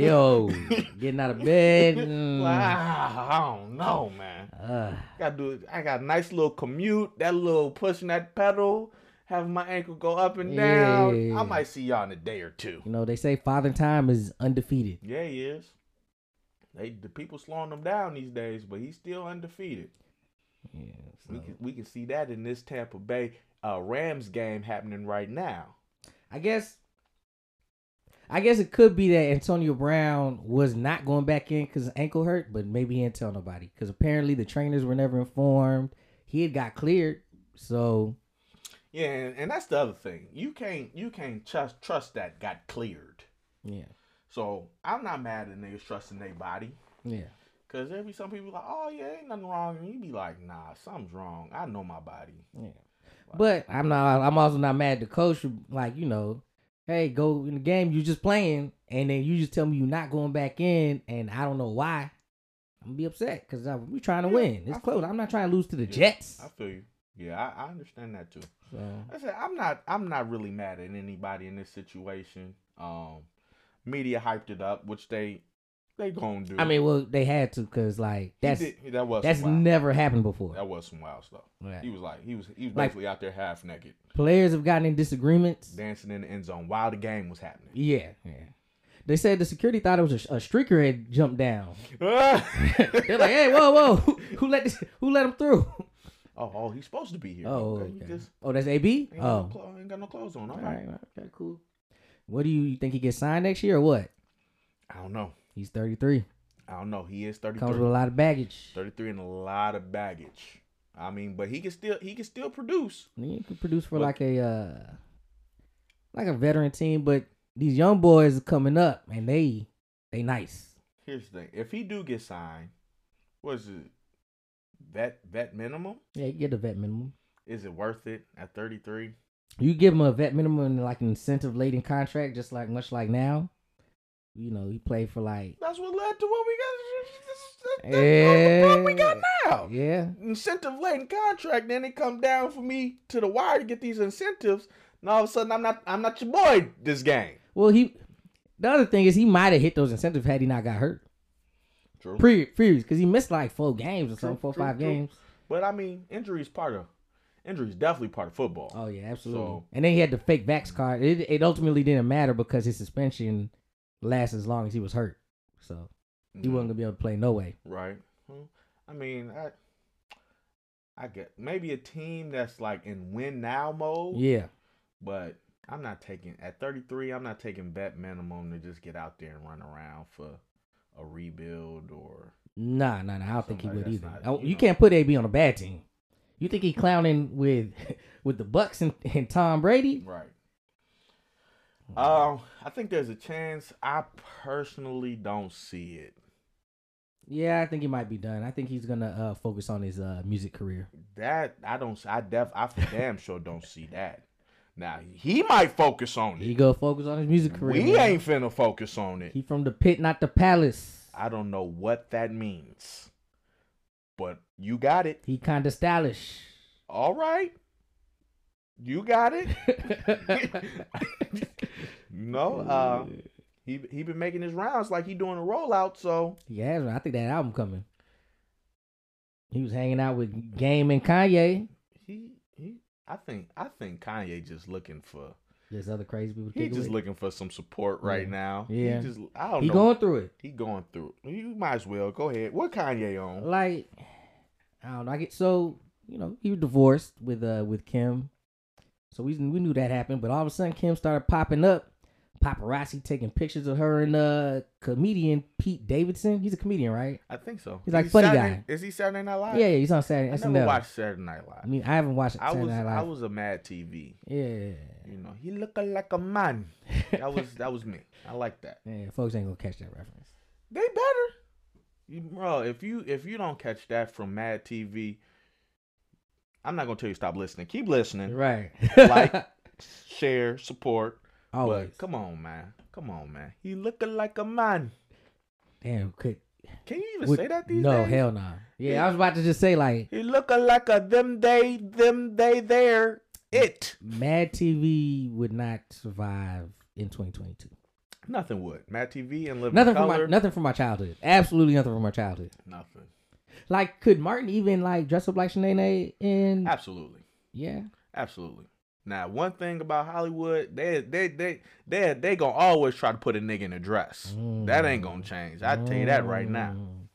[SPEAKER 2] Like yo, getting out of bed.
[SPEAKER 1] Well,
[SPEAKER 2] mm,
[SPEAKER 1] I, I don't know, man.
[SPEAKER 2] uh,
[SPEAKER 1] Got to do. I got a nice little commute. That little pushing that pedal, having my ankle go up and down.
[SPEAKER 2] Yeah.
[SPEAKER 1] I might see y'all in a day or two.
[SPEAKER 2] you know they say father time is undefeated.
[SPEAKER 1] Yeah, he is. They the people slowing him down these days, but he's still undefeated.
[SPEAKER 2] Yeah.
[SPEAKER 1] We
[SPEAKER 2] so-
[SPEAKER 1] can we can see that in this Tampa Bay uh, Rams game happening right now.
[SPEAKER 2] I guess I guess it could be that Antonio Brown was not going back in because his ankle hurt, but maybe he didn't tell nobody because apparently the trainers were never informed. He had got cleared, so
[SPEAKER 1] Yeah, and, and that's the other thing. You can't you can't trust trust that got cleared.
[SPEAKER 2] yeah,
[SPEAKER 1] So I'm not mad at niggas trusting their body.
[SPEAKER 2] yeah,
[SPEAKER 1] Cause there be some people like, oh yeah, ain't nothing wrong, and you be like, nah, something's wrong. I know my body.
[SPEAKER 2] yeah. But I'm not. I'm also not mad at the coach. for, Like you know, hey, go in the game. You just playing, and then you just tell me you're not going back in, and I don't know why. I'm gonna be upset because we trying to
[SPEAKER 1] Yeah,
[SPEAKER 2] win. It's
[SPEAKER 1] I-
[SPEAKER 2] close. I'm not trying to lose to the
[SPEAKER 1] Yeah,
[SPEAKER 2] Jets.
[SPEAKER 1] I feel you. Yeah, I, I understand that too.
[SPEAKER 2] So.
[SPEAKER 1] I said I'm not I'm not really mad at anybody in this situation. Um, media hyped it up, which they they gonna do.
[SPEAKER 2] I mean, well, they had to because like
[SPEAKER 1] He
[SPEAKER 2] that's
[SPEAKER 1] did- that was
[SPEAKER 2] that's
[SPEAKER 1] some wild.
[SPEAKER 2] never happened before.
[SPEAKER 1] that was some wild stuff.
[SPEAKER 2] Right.
[SPEAKER 1] He was like he was he was
[SPEAKER 2] Like-
[SPEAKER 1] basically out there half naked
[SPEAKER 2] Players have gotten in disagreements.
[SPEAKER 1] dancing in the end zone while the game was
[SPEAKER 2] [laughs]
[SPEAKER 1] happening. [laughs]
[SPEAKER 2] Yeah, yeah. They said the security thought it was a, a streaker had jumped down.
[SPEAKER 1] Oh,
[SPEAKER 2] They're like, "Hey, whoa, [laughs] whoa! Who, who let this? Who let him through?"
[SPEAKER 1] oh, oh, he's supposed to be here.
[SPEAKER 2] Oh,
[SPEAKER 1] Okay, he
[SPEAKER 2] okay.
[SPEAKER 1] just
[SPEAKER 2] oh, that's AB.
[SPEAKER 1] ain't, got no
[SPEAKER 2] Oh,
[SPEAKER 1] clo- ain't got no clothes on. All
[SPEAKER 2] all
[SPEAKER 1] right.
[SPEAKER 2] right, okay, cool. What do you, you think he gets signed next year or what?
[SPEAKER 1] I don't know.
[SPEAKER 2] He's thirty three.
[SPEAKER 1] I don't know. He is
[SPEAKER 2] Comes with
[SPEAKER 1] 33,
[SPEAKER 2] a lot of baggage.
[SPEAKER 1] 33 and a lot of baggage. I mean, but he can still he can still produce.
[SPEAKER 2] I mean, you could produce for
[SPEAKER 1] But-
[SPEAKER 2] like a uh, like a veteran team, but these young boys are coming up and they they nice.
[SPEAKER 1] Here's the thing: if he do get signed, what is it? Vet vet minimum?
[SPEAKER 2] Yeah, you get a vet minimum.
[SPEAKER 1] Is it worth it at 33?
[SPEAKER 2] You give him a vet minimum and like an incentive laden contract, just like much like now. You know, he played for like
[SPEAKER 1] That's what led to what we got. That's,
[SPEAKER 2] Yeah.
[SPEAKER 1] that's what we got now.
[SPEAKER 2] yeah,
[SPEAKER 1] Incentive laden contract. Then it come down for me to the wire to get these incentives. And all of a sudden, I'm not I'm not your boy this game.
[SPEAKER 2] Well, he. The other thing is he might have hit those incentives had he not got hurt.
[SPEAKER 1] True.
[SPEAKER 2] Pre previous because he missed like four games or something, four
[SPEAKER 1] true,
[SPEAKER 2] five
[SPEAKER 1] true.
[SPEAKER 2] games.
[SPEAKER 1] but I mean, injury is part of injury is definitely part of football.
[SPEAKER 2] Oh yeah, absolutely.
[SPEAKER 1] So-
[SPEAKER 2] and then he had the fake vax card. It it ultimately didn't matter because his suspension lasted as long as he was hurt, so he
[SPEAKER 1] Mhm.
[SPEAKER 2] wasn't gonna be able to play no way.
[SPEAKER 1] Right. Well, I mean, I I get maybe a team that's like in win now mode,
[SPEAKER 2] Yeah,
[SPEAKER 1] but I'm not taking at 33, I'm not taking bet minimum to just get out there and run around for a rebuild or
[SPEAKER 2] nah, nah, nah. I don't think he
[SPEAKER 1] Somebody
[SPEAKER 2] would
[SPEAKER 1] that's
[SPEAKER 2] either.
[SPEAKER 1] not,
[SPEAKER 2] Oh,
[SPEAKER 1] you
[SPEAKER 2] you
[SPEAKER 1] know.
[SPEAKER 2] can't put AB on a bad team. You think he clowning with [laughs] with the Bucks and, and Tom Brady?
[SPEAKER 1] right. Um, I think there's a chance. I personally don't see it.
[SPEAKER 2] Yeah, I think he might be done. I think he's gonna uh, focus on his uh, music career.
[SPEAKER 1] That I don't. I def. I for damn sure don't see that. Now he might focus on
[SPEAKER 2] He
[SPEAKER 1] it.
[SPEAKER 2] go focus on his music career.
[SPEAKER 1] We
[SPEAKER 2] man.
[SPEAKER 1] ain't finna focus on it.
[SPEAKER 2] He from the pit, not the palace.
[SPEAKER 1] I don't know what that means, but you got it.
[SPEAKER 2] He kind of stylish.
[SPEAKER 1] All right. You got it. [laughs]
[SPEAKER 2] [laughs]
[SPEAKER 1] no, uh, he he been making his rounds like he doing a rollout. So
[SPEAKER 2] he has one. I think that album coming. He was hanging out with Game and Kanye.
[SPEAKER 1] he he. I think I think Kanye just looking for
[SPEAKER 2] There's other crazy people. To
[SPEAKER 1] he
[SPEAKER 2] kick it
[SPEAKER 1] just
[SPEAKER 2] with.
[SPEAKER 1] looking for some support right
[SPEAKER 2] Yeah.
[SPEAKER 1] now.
[SPEAKER 2] Yeah.
[SPEAKER 1] He just I don't
[SPEAKER 2] He
[SPEAKER 1] know.
[SPEAKER 2] going through it.
[SPEAKER 1] he going through. it. You might as well go ahead. What Kanye on?
[SPEAKER 2] Like I don't know. I get so you know he was divorced with uh with Kim, so we we knew that happened. But all of a sudden Kim started popping up. Paparazzi taking pictures of her and uh comedian Pete Davidson. He's a comedian, right?
[SPEAKER 1] I think so.
[SPEAKER 2] He's
[SPEAKER 1] Is
[SPEAKER 2] like
[SPEAKER 1] he
[SPEAKER 2] funny
[SPEAKER 1] Saturday- Is he Saturday Night Live?
[SPEAKER 2] Yeah, yeah, he's on Saturday.
[SPEAKER 1] I
[SPEAKER 2] SNL.
[SPEAKER 1] never watched Saturday Night Live.
[SPEAKER 2] I mean, I haven't watched
[SPEAKER 1] I
[SPEAKER 2] Saturday
[SPEAKER 1] was
[SPEAKER 2] Night
[SPEAKER 1] I
[SPEAKER 2] Live.
[SPEAKER 1] was a Mad TV.
[SPEAKER 2] yeah.
[SPEAKER 1] You know, he look a- like a man.
[SPEAKER 2] [laughs]
[SPEAKER 1] That was that was me. I like that.
[SPEAKER 2] yeah, folks ain't gonna catch that reference.
[SPEAKER 1] They better, You- bro. If you if you don't catch that from Mad TV, I'm not gonna tell you stop listening. Keep listening,
[SPEAKER 2] Right.
[SPEAKER 1] Like- share, support.
[SPEAKER 2] [laughs] always.
[SPEAKER 1] But come on, man. Come on, man. He looking like a man.
[SPEAKER 2] Damn, could
[SPEAKER 1] Can you even
[SPEAKER 2] would-
[SPEAKER 1] say that these
[SPEAKER 2] No,
[SPEAKER 1] days?
[SPEAKER 2] hell no. Yeah, I was about to just say like
[SPEAKER 1] He looking like a them they them they there it.
[SPEAKER 2] Mad TV would not survive in 2022.
[SPEAKER 1] Nothing would. Mad TV and living
[SPEAKER 2] Nothing from my
[SPEAKER 1] color.
[SPEAKER 2] nothing from my childhood. Absolutely nothing from my childhood.
[SPEAKER 1] nothing.
[SPEAKER 2] Like, could Martin even like dress up like Shanae in?
[SPEAKER 1] Absolutely.
[SPEAKER 2] Yeah,
[SPEAKER 1] Absolutely. Now, one thing about Hollywood, they they they they they gonna always try to put a nigga in a dress. That ain't gonna change. I tell you that right now.
[SPEAKER 2] Mm.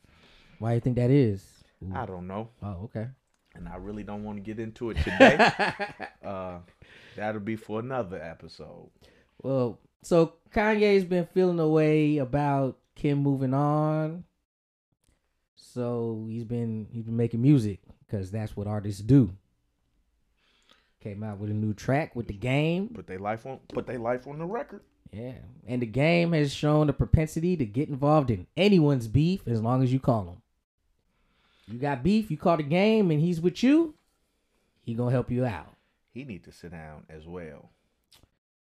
[SPEAKER 2] Why you think that is? Ooh.
[SPEAKER 1] I don't know,
[SPEAKER 2] Oh, okay.
[SPEAKER 1] and I really don't want to get into
[SPEAKER 2] [laughs]
[SPEAKER 1] it today. uh, that'll be for another episode.
[SPEAKER 2] Well, So Kanye's been feeling a way about Kim moving on. So he's been he's been making music because that's what artists do. Came out with a new track with the game.
[SPEAKER 1] Put their life on put their life on the record.
[SPEAKER 2] Yeah. And the game has shown a propensity to get involved in anyone's beef as long as you call him. You got beef, you call the game and he's with you, he gonna help you out.
[SPEAKER 1] He need to sit down as well.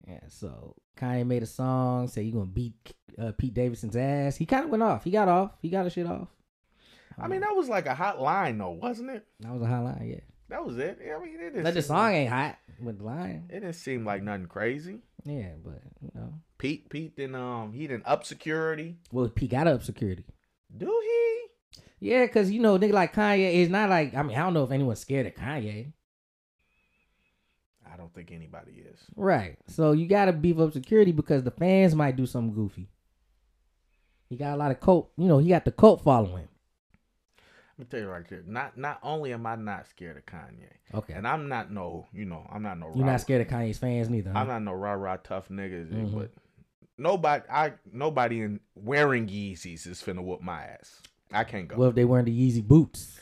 [SPEAKER 2] Yeah, so Kanye made a song, say you gonna beat uh, Pete Davidson's ass. He kind of went off. He got off. He got his shit off.
[SPEAKER 1] I
[SPEAKER 2] Hmm.
[SPEAKER 1] mean, that was like a hot line though, wasn't it?
[SPEAKER 2] that was a hot line, yeah.
[SPEAKER 1] That was it. I mean, it didn't.
[SPEAKER 2] Like the
[SPEAKER 1] seem-
[SPEAKER 2] song ain't hot with the line,
[SPEAKER 1] It didn't seem like nothing crazy.
[SPEAKER 2] yeah, but you know,
[SPEAKER 1] Pete, Pete, then um, he didn't up security.
[SPEAKER 2] well, Pete got up security.
[SPEAKER 1] Do he?
[SPEAKER 2] Yeah, cause you know, nigga like Kanye is not like I mean, I don't know if anyone's scared of Kanye,
[SPEAKER 1] I don't think anybody is.
[SPEAKER 2] right? So you gotta beef up security because the fans might do something goofy. He got a lot of cult, you know, he got the cult following.
[SPEAKER 1] Let me tell you right here. Not not only am I not scared of Kanye,
[SPEAKER 2] Okay,
[SPEAKER 1] and I'm not no, you know, I'm not no.
[SPEAKER 2] you're
[SPEAKER 1] rah-
[SPEAKER 2] not scared of Kanye's fans neither. huh?
[SPEAKER 1] I'm not no rah rah tough niggas,
[SPEAKER 2] Mhm.
[SPEAKER 1] but nobody, I nobody in wearing Yeezys is finna whoop my ass. I can't go.
[SPEAKER 2] What if they wearing the Yeezy boots?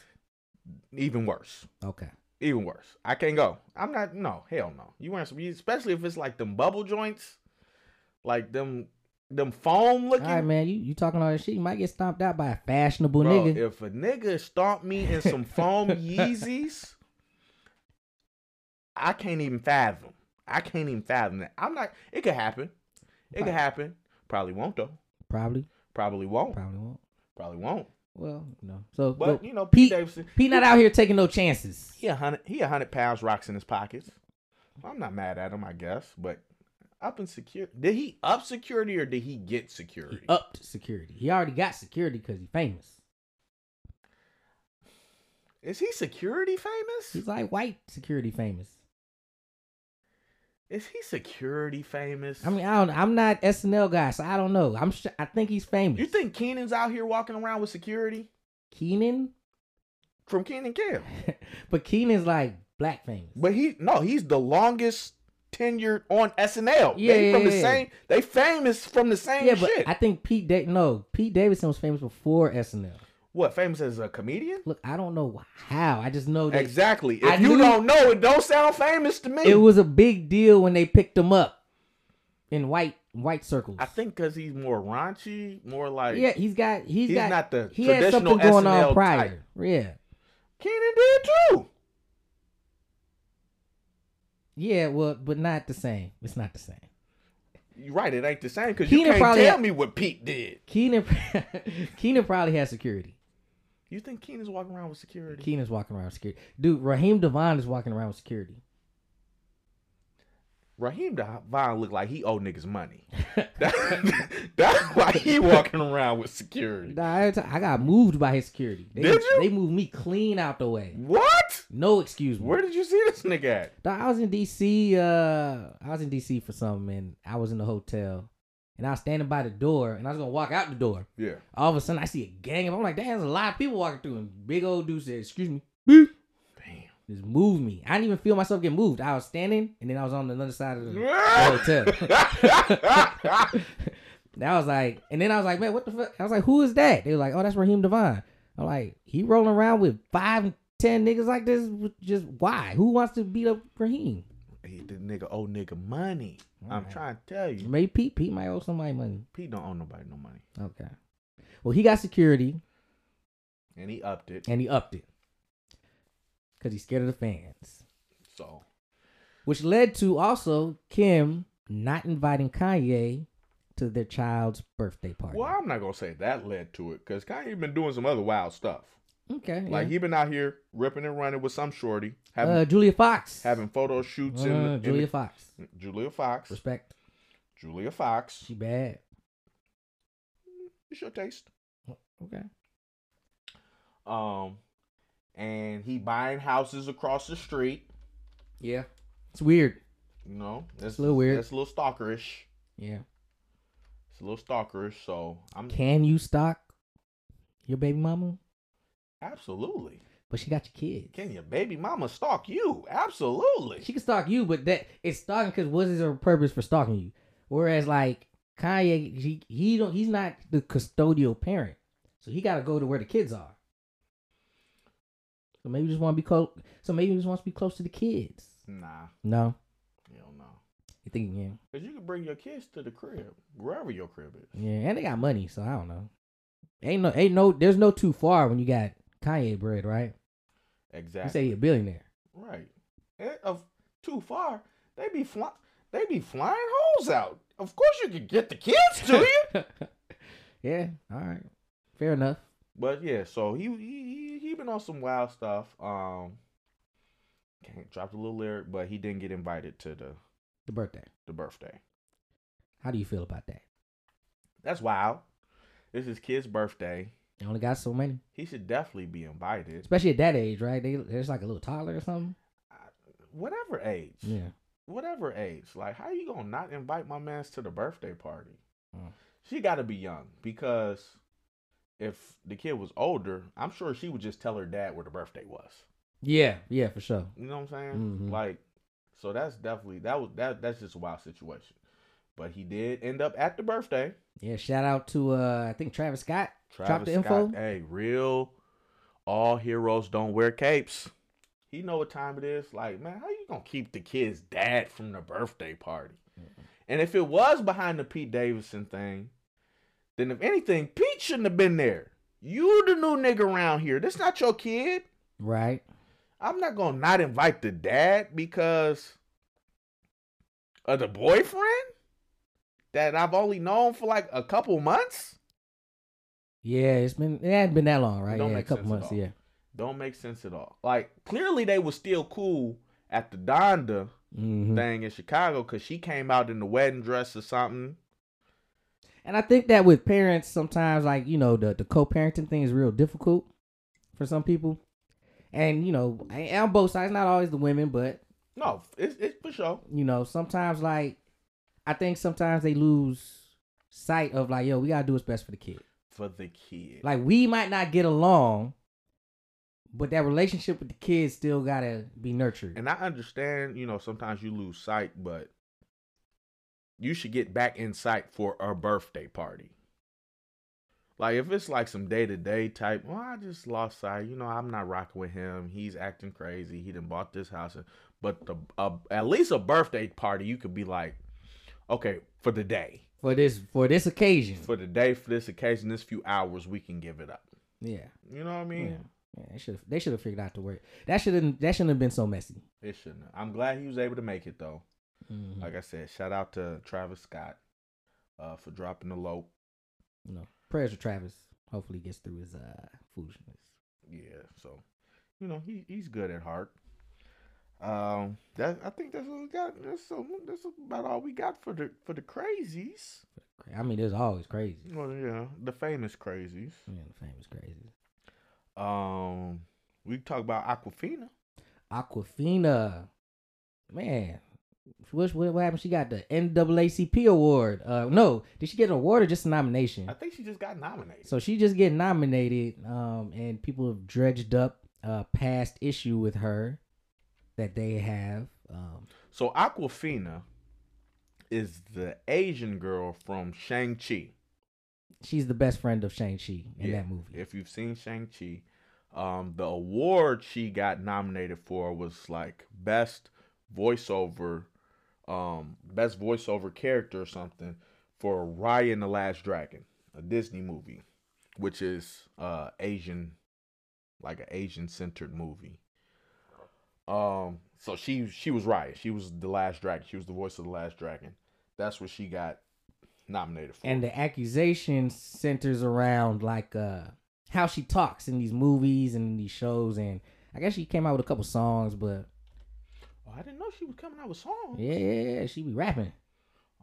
[SPEAKER 1] even worse,
[SPEAKER 2] Okay.
[SPEAKER 1] even worse. I can't go. I'm not. No, hell no. You wearing some, Yeezys, especially if it's like them bubble joints, like them them foam looking.
[SPEAKER 2] All right, man. You you talking all that shit? You might get stomped out by a fashionable
[SPEAKER 1] Bro,
[SPEAKER 2] nigga.
[SPEAKER 1] if a nigga stomp me in some
[SPEAKER 2] [laughs]
[SPEAKER 1] foam Yeezys, I can't even fathom. I can't even fathom that. I'm not. It could happen. It could
[SPEAKER 2] Right.
[SPEAKER 1] happen. Probably won't though.
[SPEAKER 2] probably,
[SPEAKER 1] Probably won't.
[SPEAKER 2] probably won't.
[SPEAKER 1] Probably won't.
[SPEAKER 2] Well, you know. So,
[SPEAKER 1] But
[SPEAKER 2] but
[SPEAKER 1] you know, Pete,
[SPEAKER 2] Pete-
[SPEAKER 1] Davidson,
[SPEAKER 2] Pete not out here taking no chances.
[SPEAKER 1] he a hundred. He a hundred pounds, rocks in his pockets. I'm not mad at him, I guess. But up in security, did he up security or did he get
[SPEAKER 2] He
[SPEAKER 1] security?
[SPEAKER 2] upped security. He already got security because he's famous.
[SPEAKER 1] Is he security famous?
[SPEAKER 2] He's like white security famous.
[SPEAKER 1] Is he security famous?
[SPEAKER 2] I mean, I don't. I'm not SNL guy, so I don't know. I'm. Sh- I think he's famous.
[SPEAKER 1] you think Keenan's out here walking around with security?
[SPEAKER 2] Keenan? [laughs]
[SPEAKER 1] from Ken and Kim.
[SPEAKER 2] but Keenan's like black famous.
[SPEAKER 1] But he no, he's the longest tenured on SNL.
[SPEAKER 2] Yeah,
[SPEAKER 1] they from
[SPEAKER 2] yeah,
[SPEAKER 1] the
[SPEAKER 2] yeah.
[SPEAKER 1] same. They famous from the same
[SPEAKER 2] yeah, but
[SPEAKER 1] shit.
[SPEAKER 2] I think Pete. Da- no, Pete Davidson was famous before SNL.
[SPEAKER 1] what famous as a comedian?
[SPEAKER 2] Look, I don't know how. I just know that
[SPEAKER 1] Exactly. If
[SPEAKER 2] I
[SPEAKER 1] you
[SPEAKER 2] knew-
[SPEAKER 1] don't know, it don't sound famous to me.
[SPEAKER 2] it was a big deal when they picked him up in white white circles.
[SPEAKER 1] I think because he's more raunchy, more like
[SPEAKER 2] yeah, he's got
[SPEAKER 1] he's
[SPEAKER 2] he's got
[SPEAKER 1] not the
[SPEAKER 2] he had
[SPEAKER 1] traditional
[SPEAKER 2] something going
[SPEAKER 1] SNL
[SPEAKER 2] on prior.
[SPEAKER 1] type.
[SPEAKER 2] Yeah,
[SPEAKER 1] Kenan did too.
[SPEAKER 2] yeah. Well, but not the same. It's not the same.
[SPEAKER 1] You're right. It ain't the same because you
[SPEAKER 2] Kenan
[SPEAKER 1] can't
[SPEAKER 2] probably-
[SPEAKER 1] tell me what Pete did.
[SPEAKER 2] Keenan [laughs] Keenan probably has security.
[SPEAKER 1] You think Keenan's walking around with security?
[SPEAKER 2] Keenan's walking around with security. Dude, Raheem Devon is walking around with security.
[SPEAKER 1] Raheem Devon looked like he owe niggas
[SPEAKER 2] [laughs]
[SPEAKER 1] money. That- [laughs] that's why he walking around with security.
[SPEAKER 2] Nah, every time- I got moved by his security. They,
[SPEAKER 1] Did you?
[SPEAKER 2] They moved me clean out the way.
[SPEAKER 1] What?
[SPEAKER 2] No excuse me.
[SPEAKER 1] Where did you see this nigga at?
[SPEAKER 2] Dawg, I was in DC. Uh, I was in DC for something, and I was in the hotel, and I was standing by the door, and I was gonna walk out the door.
[SPEAKER 1] Yeah.
[SPEAKER 2] All of a sudden, I see a gang of. I'm like, damn, there's a lot of people walking through, and big old dude said, "Excuse me." Beep.
[SPEAKER 1] Damn.
[SPEAKER 2] Just move me. I didn't even feel myself get moved. I was standing, and then I was on the other side of the hotel. And I was like, and then I was like, man, what the fuck? I was like, who is that? They were like, oh, that's Raheem Devon. I'm like, he rolling around with five and ten niggas like this. Just why? Who wants to beat up Raheem?
[SPEAKER 1] [laughs] he, the nigga owe nigga money. I'm
[SPEAKER 2] Alright.
[SPEAKER 1] trying to tell you.
[SPEAKER 2] Maybe Pete. Pete might owe somebody money.
[SPEAKER 1] Pete don't owe nobody no money.
[SPEAKER 2] Okay. Well, he got security
[SPEAKER 1] And he upped it.
[SPEAKER 2] and he upped it because he's scared of the fans,
[SPEAKER 1] So
[SPEAKER 2] which led to also Kim not inviting Kanye to their child's birthday party.
[SPEAKER 1] Well, I'm not gonna say that led to it, cause Kanye been doing some other wild stuff.
[SPEAKER 2] Okay.
[SPEAKER 1] Like
[SPEAKER 2] yeah.
[SPEAKER 1] he been out here ripping and running with some shorty, having
[SPEAKER 2] uh, Julia Fox.
[SPEAKER 1] having photo shoots
[SPEAKER 2] uh,
[SPEAKER 1] in, the- in
[SPEAKER 2] Julia Fox.
[SPEAKER 1] the, mm, Julia Fox.
[SPEAKER 2] Respect.
[SPEAKER 1] Julia Fox.
[SPEAKER 2] She bad.
[SPEAKER 1] It's your taste.
[SPEAKER 2] Okay.
[SPEAKER 1] Um, and he buying houses across the street.
[SPEAKER 2] Yeah. It's weird.
[SPEAKER 1] You know, that's
[SPEAKER 2] a little weird.
[SPEAKER 1] That's a little stalkerish.
[SPEAKER 2] Yeah.
[SPEAKER 1] It's a little stalkerish. So I'm
[SPEAKER 2] Can you stalk your baby mama?
[SPEAKER 1] absolutely.
[SPEAKER 2] But she got your kids.
[SPEAKER 1] Can your baby mama stalk you? Absolutely.
[SPEAKER 2] She can stalk you, but that it's stalking because what is her purpose for stalking you? Whereas like Kanye, he, he don't he's not the custodial parent, so he got to go to where the kids are. So maybe you just want to be close. So maybe he just wants to be close to the kids.
[SPEAKER 1] Nah,
[SPEAKER 2] No,
[SPEAKER 1] you don't know.
[SPEAKER 2] you think yeah,
[SPEAKER 1] Cause you can bring your kids to the crib, wherever your crib is.
[SPEAKER 2] yeah, and they got money, so I don't know. Ain't no, ain't no, there's no too far when you got Kanye bread, right? You
[SPEAKER 1] Exactly.
[SPEAKER 2] say you're a billionaire. [laughs]
[SPEAKER 1] Right. And of too far, they be fly, they be flying holes out. Of course you could get the kids to
[SPEAKER 2] [laughs]
[SPEAKER 1] you.
[SPEAKER 2] yeah, all right, fair enough.
[SPEAKER 1] But yeah, so he he he- he been on some wild stuff. Um, can't drop the little lyric, but he didn't get invited to the
[SPEAKER 2] The birthday.
[SPEAKER 1] the birthday.
[SPEAKER 2] How do you feel about that?
[SPEAKER 1] That's wild. This is kid's birthday.
[SPEAKER 2] You only got so many,
[SPEAKER 1] He should definitely be invited.
[SPEAKER 2] especially at that age, right? They there's like a little toddler or something.
[SPEAKER 1] Whatever age,
[SPEAKER 2] Yeah,
[SPEAKER 1] whatever age. Like, how you gonna not invite my man's to the birthday party?
[SPEAKER 2] Mm.
[SPEAKER 1] She got to be young because if the kid was older, I'm sure she would just tell her dad where the birthday was.
[SPEAKER 2] yeah, yeah, for sure.
[SPEAKER 1] You know what I'm saying?
[SPEAKER 2] Mhm.
[SPEAKER 1] Like, so that's definitely that was that that's just a wild situation. But he did end up at the birthday.
[SPEAKER 2] Yeah, shout out to uh I think Travis Scott. Drop the info.
[SPEAKER 1] Hey, real all heroes don't wear capes. He know what time it is. Like, man, how you gonna keep the kid's dad from the birthday party? And if it was behind the Pete Davidson thing, then if anything, Pete shouldn't have been there. You the new nigga around here. This not your kid.
[SPEAKER 2] Right.
[SPEAKER 1] I'm not gonna not invite the dad because of the boyfriend that I've only known for like a couple months.
[SPEAKER 2] Yeah, it's been it hadn't been that long, right?
[SPEAKER 1] don't
[SPEAKER 2] yeah, a
[SPEAKER 1] make
[SPEAKER 2] couple
[SPEAKER 1] sense at
[SPEAKER 2] months.
[SPEAKER 1] all.
[SPEAKER 2] Yeah.
[SPEAKER 1] Don't make sense at all. Like clearly they were still cool at the Donda
[SPEAKER 2] hmm
[SPEAKER 1] thing in Chicago because she came out in the wedding dress or something.
[SPEAKER 2] And I think that with parents, sometimes like you know the the co-parenting thing is real difficult for some people, and you know and on both sides, not always the women, but
[SPEAKER 1] No, it's, it's for sure.
[SPEAKER 2] you know sometimes like I think sometimes they lose sight of like yo, we gotta do what's best for the kid.
[SPEAKER 1] For the kid.
[SPEAKER 2] Like we might not get along, but that relationship with the kid still gotta be nurtured.
[SPEAKER 1] and I understand, you know, sometimes you lose sight, but you should get back in sight for a birthday party. Like if it's like some day to day type, well, I just lost sight. You know, I'm not rocking with him. He's acting crazy. He done bought this house, but the uh, at least a birthday party, you could be like, okay, for the day,
[SPEAKER 2] for this for this occasion.
[SPEAKER 1] for the day, for this occasion, this few hours, we can give it up.
[SPEAKER 2] yeah,
[SPEAKER 1] You know what I
[SPEAKER 2] yeah.
[SPEAKER 1] mean?
[SPEAKER 2] Yeah, they should they should have figured out the word. That shouldn't that shouldn't have been so messy. Mm-hmm.
[SPEAKER 1] It shouldn't. I'm glad he was able to make it though. Like I said, shout out to Travis Scott uh, for dropping the low.
[SPEAKER 2] you know, prayers to Travis. Hopefully, he gets through his uh foolishness.
[SPEAKER 1] Yeah, so you know he he's good at heart. Um, that I think that's what we got. That's so that's about all we got for the for the crazies.
[SPEAKER 2] I mean, it's always crazy.
[SPEAKER 1] Well, yeah, the famous crazies.
[SPEAKER 2] Man, the fame is crazy.
[SPEAKER 1] Um, we can talk about Aquafina.
[SPEAKER 2] Aquafina, man, what what, what happened? She got the NAACP award. Uh, no, did she get an award or just a nomination?
[SPEAKER 1] I think she just got nominated.
[SPEAKER 2] So she just get nominated, um, and people have dredged up a past issue with her that they have. Um,
[SPEAKER 1] So Aquafina is the Asian girl from Shang Chi.
[SPEAKER 2] she's the best friend of Shang Chi in
[SPEAKER 1] Yeah,
[SPEAKER 2] that movie.
[SPEAKER 1] If you've seen Shang Chi, um, the award she got nominated for was like best voiceover, um, best voiceover character or something for Raya and the Last Dragon, a Disney movie, which is uh Asian, like an Asian centered movie. Um, so she she was Raya. She was the Last Dragon. She was the voice of the Last Dragon. That's what she got nominated for.
[SPEAKER 2] and the accusation centers around like uh how she talks in these movies and in these shows and i guess she came out with a couple songs but
[SPEAKER 1] oh, I didn't know she was coming out with songs.
[SPEAKER 2] yeah yeah, yeah, she be rapping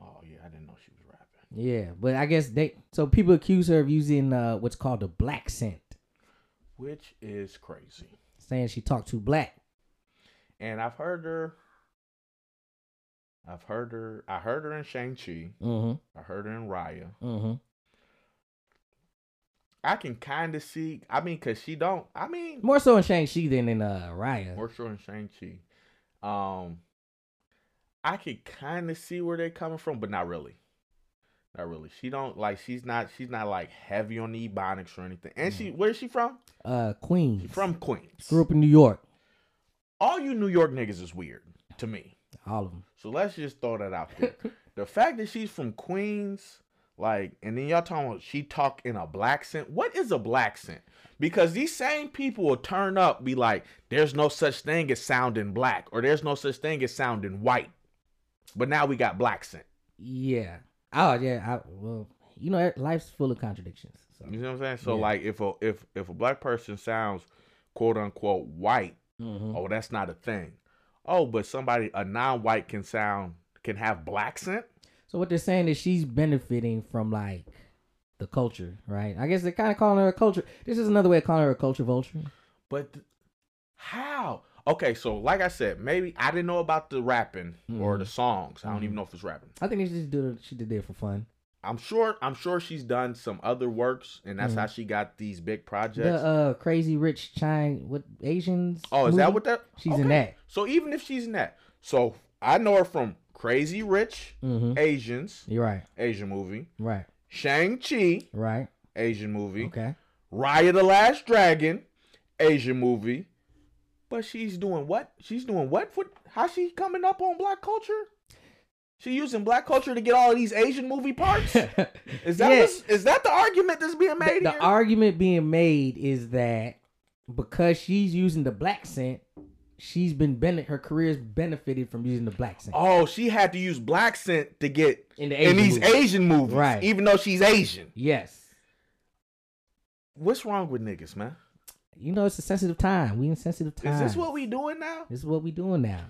[SPEAKER 1] Oh yeah, I didn't know she was rapping.
[SPEAKER 2] yeah but i guess they so people accuse her of using uh what's called the black scent
[SPEAKER 1] Which is crazy.
[SPEAKER 2] saying she talked too black
[SPEAKER 1] And I've heard her I've heard her I heard her in Shang Chi.
[SPEAKER 2] mm-hmm
[SPEAKER 1] I heard her in Raya.
[SPEAKER 2] mm-hmm
[SPEAKER 1] I can kinda see I mean cause she don't I mean
[SPEAKER 2] more so in shang chi than in uh raya
[SPEAKER 1] more sure in Shang Chi. Um I could kind of see where they're coming from, but not really. Not really. She don't like. She's not. She's not like heavy on the ebonics or anything. And she, where's she from?
[SPEAKER 2] Uh, Queens.
[SPEAKER 1] She from Queens.
[SPEAKER 2] Grew up in New York.
[SPEAKER 1] All you New York niggas is weird to me.
[SPEAKER 2] All of them.
[SPEAKER 1] So let's just throw that out there. the fact that she's from Queens, like, and then y'all talking about she talk in a black accent. What is a black accent? Because these same people will turn up, be like, "There's no such thing as sounding black," or "There's no such thing as sounding white." But now we got black accent.
[SPEAKER 2] Yeah. Oh yeah. I, well, you know, life's full of contradictions. So.
[SPEAKER 1] You know what I'm saying? So
[SPEAKER 2] Yeah.
[SPEAKER 1] like, if a if if a black person sounds quote unquote white,
[SPEAKER 2] Mhm.
[SPEAKER 1] oh, that's not a thing. Oh, but somebody a non-white can sound can have black accent.
[SPEAKER 2] So what they're saying is she's benefiting from like the culture, right? I guess they're kind of calling her a culture. This is another way of calling her a culture vulture.
[SPEAKER 1] But th- how? Okay, so like I said, maybe I didn't know about the rapping
[SPEAKER 2] Hmm.
[SPEAKER 1] or the songs. I don't even know if it's rapping.
[SPEAKER 2] I think they just do it, she did it for fun.
[SPEAKER 1] I'm sure. I'm sure she's done some other works, and that's
[SPEAKER 2] Mhm.
[SPEAKER 1] how she got these big
[SPEAKER 2] The
[SPEAKER 1] projects.
[SPEAKER 2] uh, crazy rich Chine what Asians?
[SPEAKER 1] oh, is that
[SPEAKER 2] movie?
[SPEAKER 1] what that?
[SPEAKER 2] she's
[SPEAKER 1] okay.
[SPEAKER 2] in that?
[SPEAKER 1] So even if she's in that, so I know her from Crazy Rich
[SPEAKER 2] hmm
[SPEAKER 1] Asians,
[SPEAKER 2] You're right,
[SPEAKER 1] Asian movie,
[SPEAKER 2] right,
[SPEAKER 1] Shang Chi,
[SPEAKER 2] right.
[SPEAKER 1] Asian movie,
[SPEAKER 2] Okay.
[SPEAKER 1] Raya the Last Dragon, Asian movie. But she's doing what? She's doing what? For, how she coming up on black culture? She using black culture to get all of these Asian movie
[SPEAKER 2] [laughs]
[SPEAKER 1] parts? [laughs] Is that
[SPEAKER 2] Yeah.
[SPEAKER 1] what's- is that the argument that's being
[SPEAKER 2] the,
[SPEAKER 1] made
[SPEAKER 2] the
[SPEAKER 1] here?
[SPEAKER 2] argument being made is that because she's using the black scent, she's been benefit her career's benefited from using the black scent
[SPEAKER 1] oh, she had to use black scent to get
[SPEAKER 2] in the
[SPEAKER 1] in
[SPEAKER 2] Asian
[SPEAKER 1] these
[SPEAKER 2] movie.
[SPEAKER 1] Asian movies,
[SPEAKER 2] Right.
[SPEAKER 1] even though she's Asian.
[SPEAKER 2] Yes.
[SPEAKER 1] What's wrong with niggas, man?
[SPEAKER 2] You know it's a sensitive time. We in sensitive time.
[SPEAKER 1] Is this what we doing now?
[SPEAKER 2] This is what we doing now.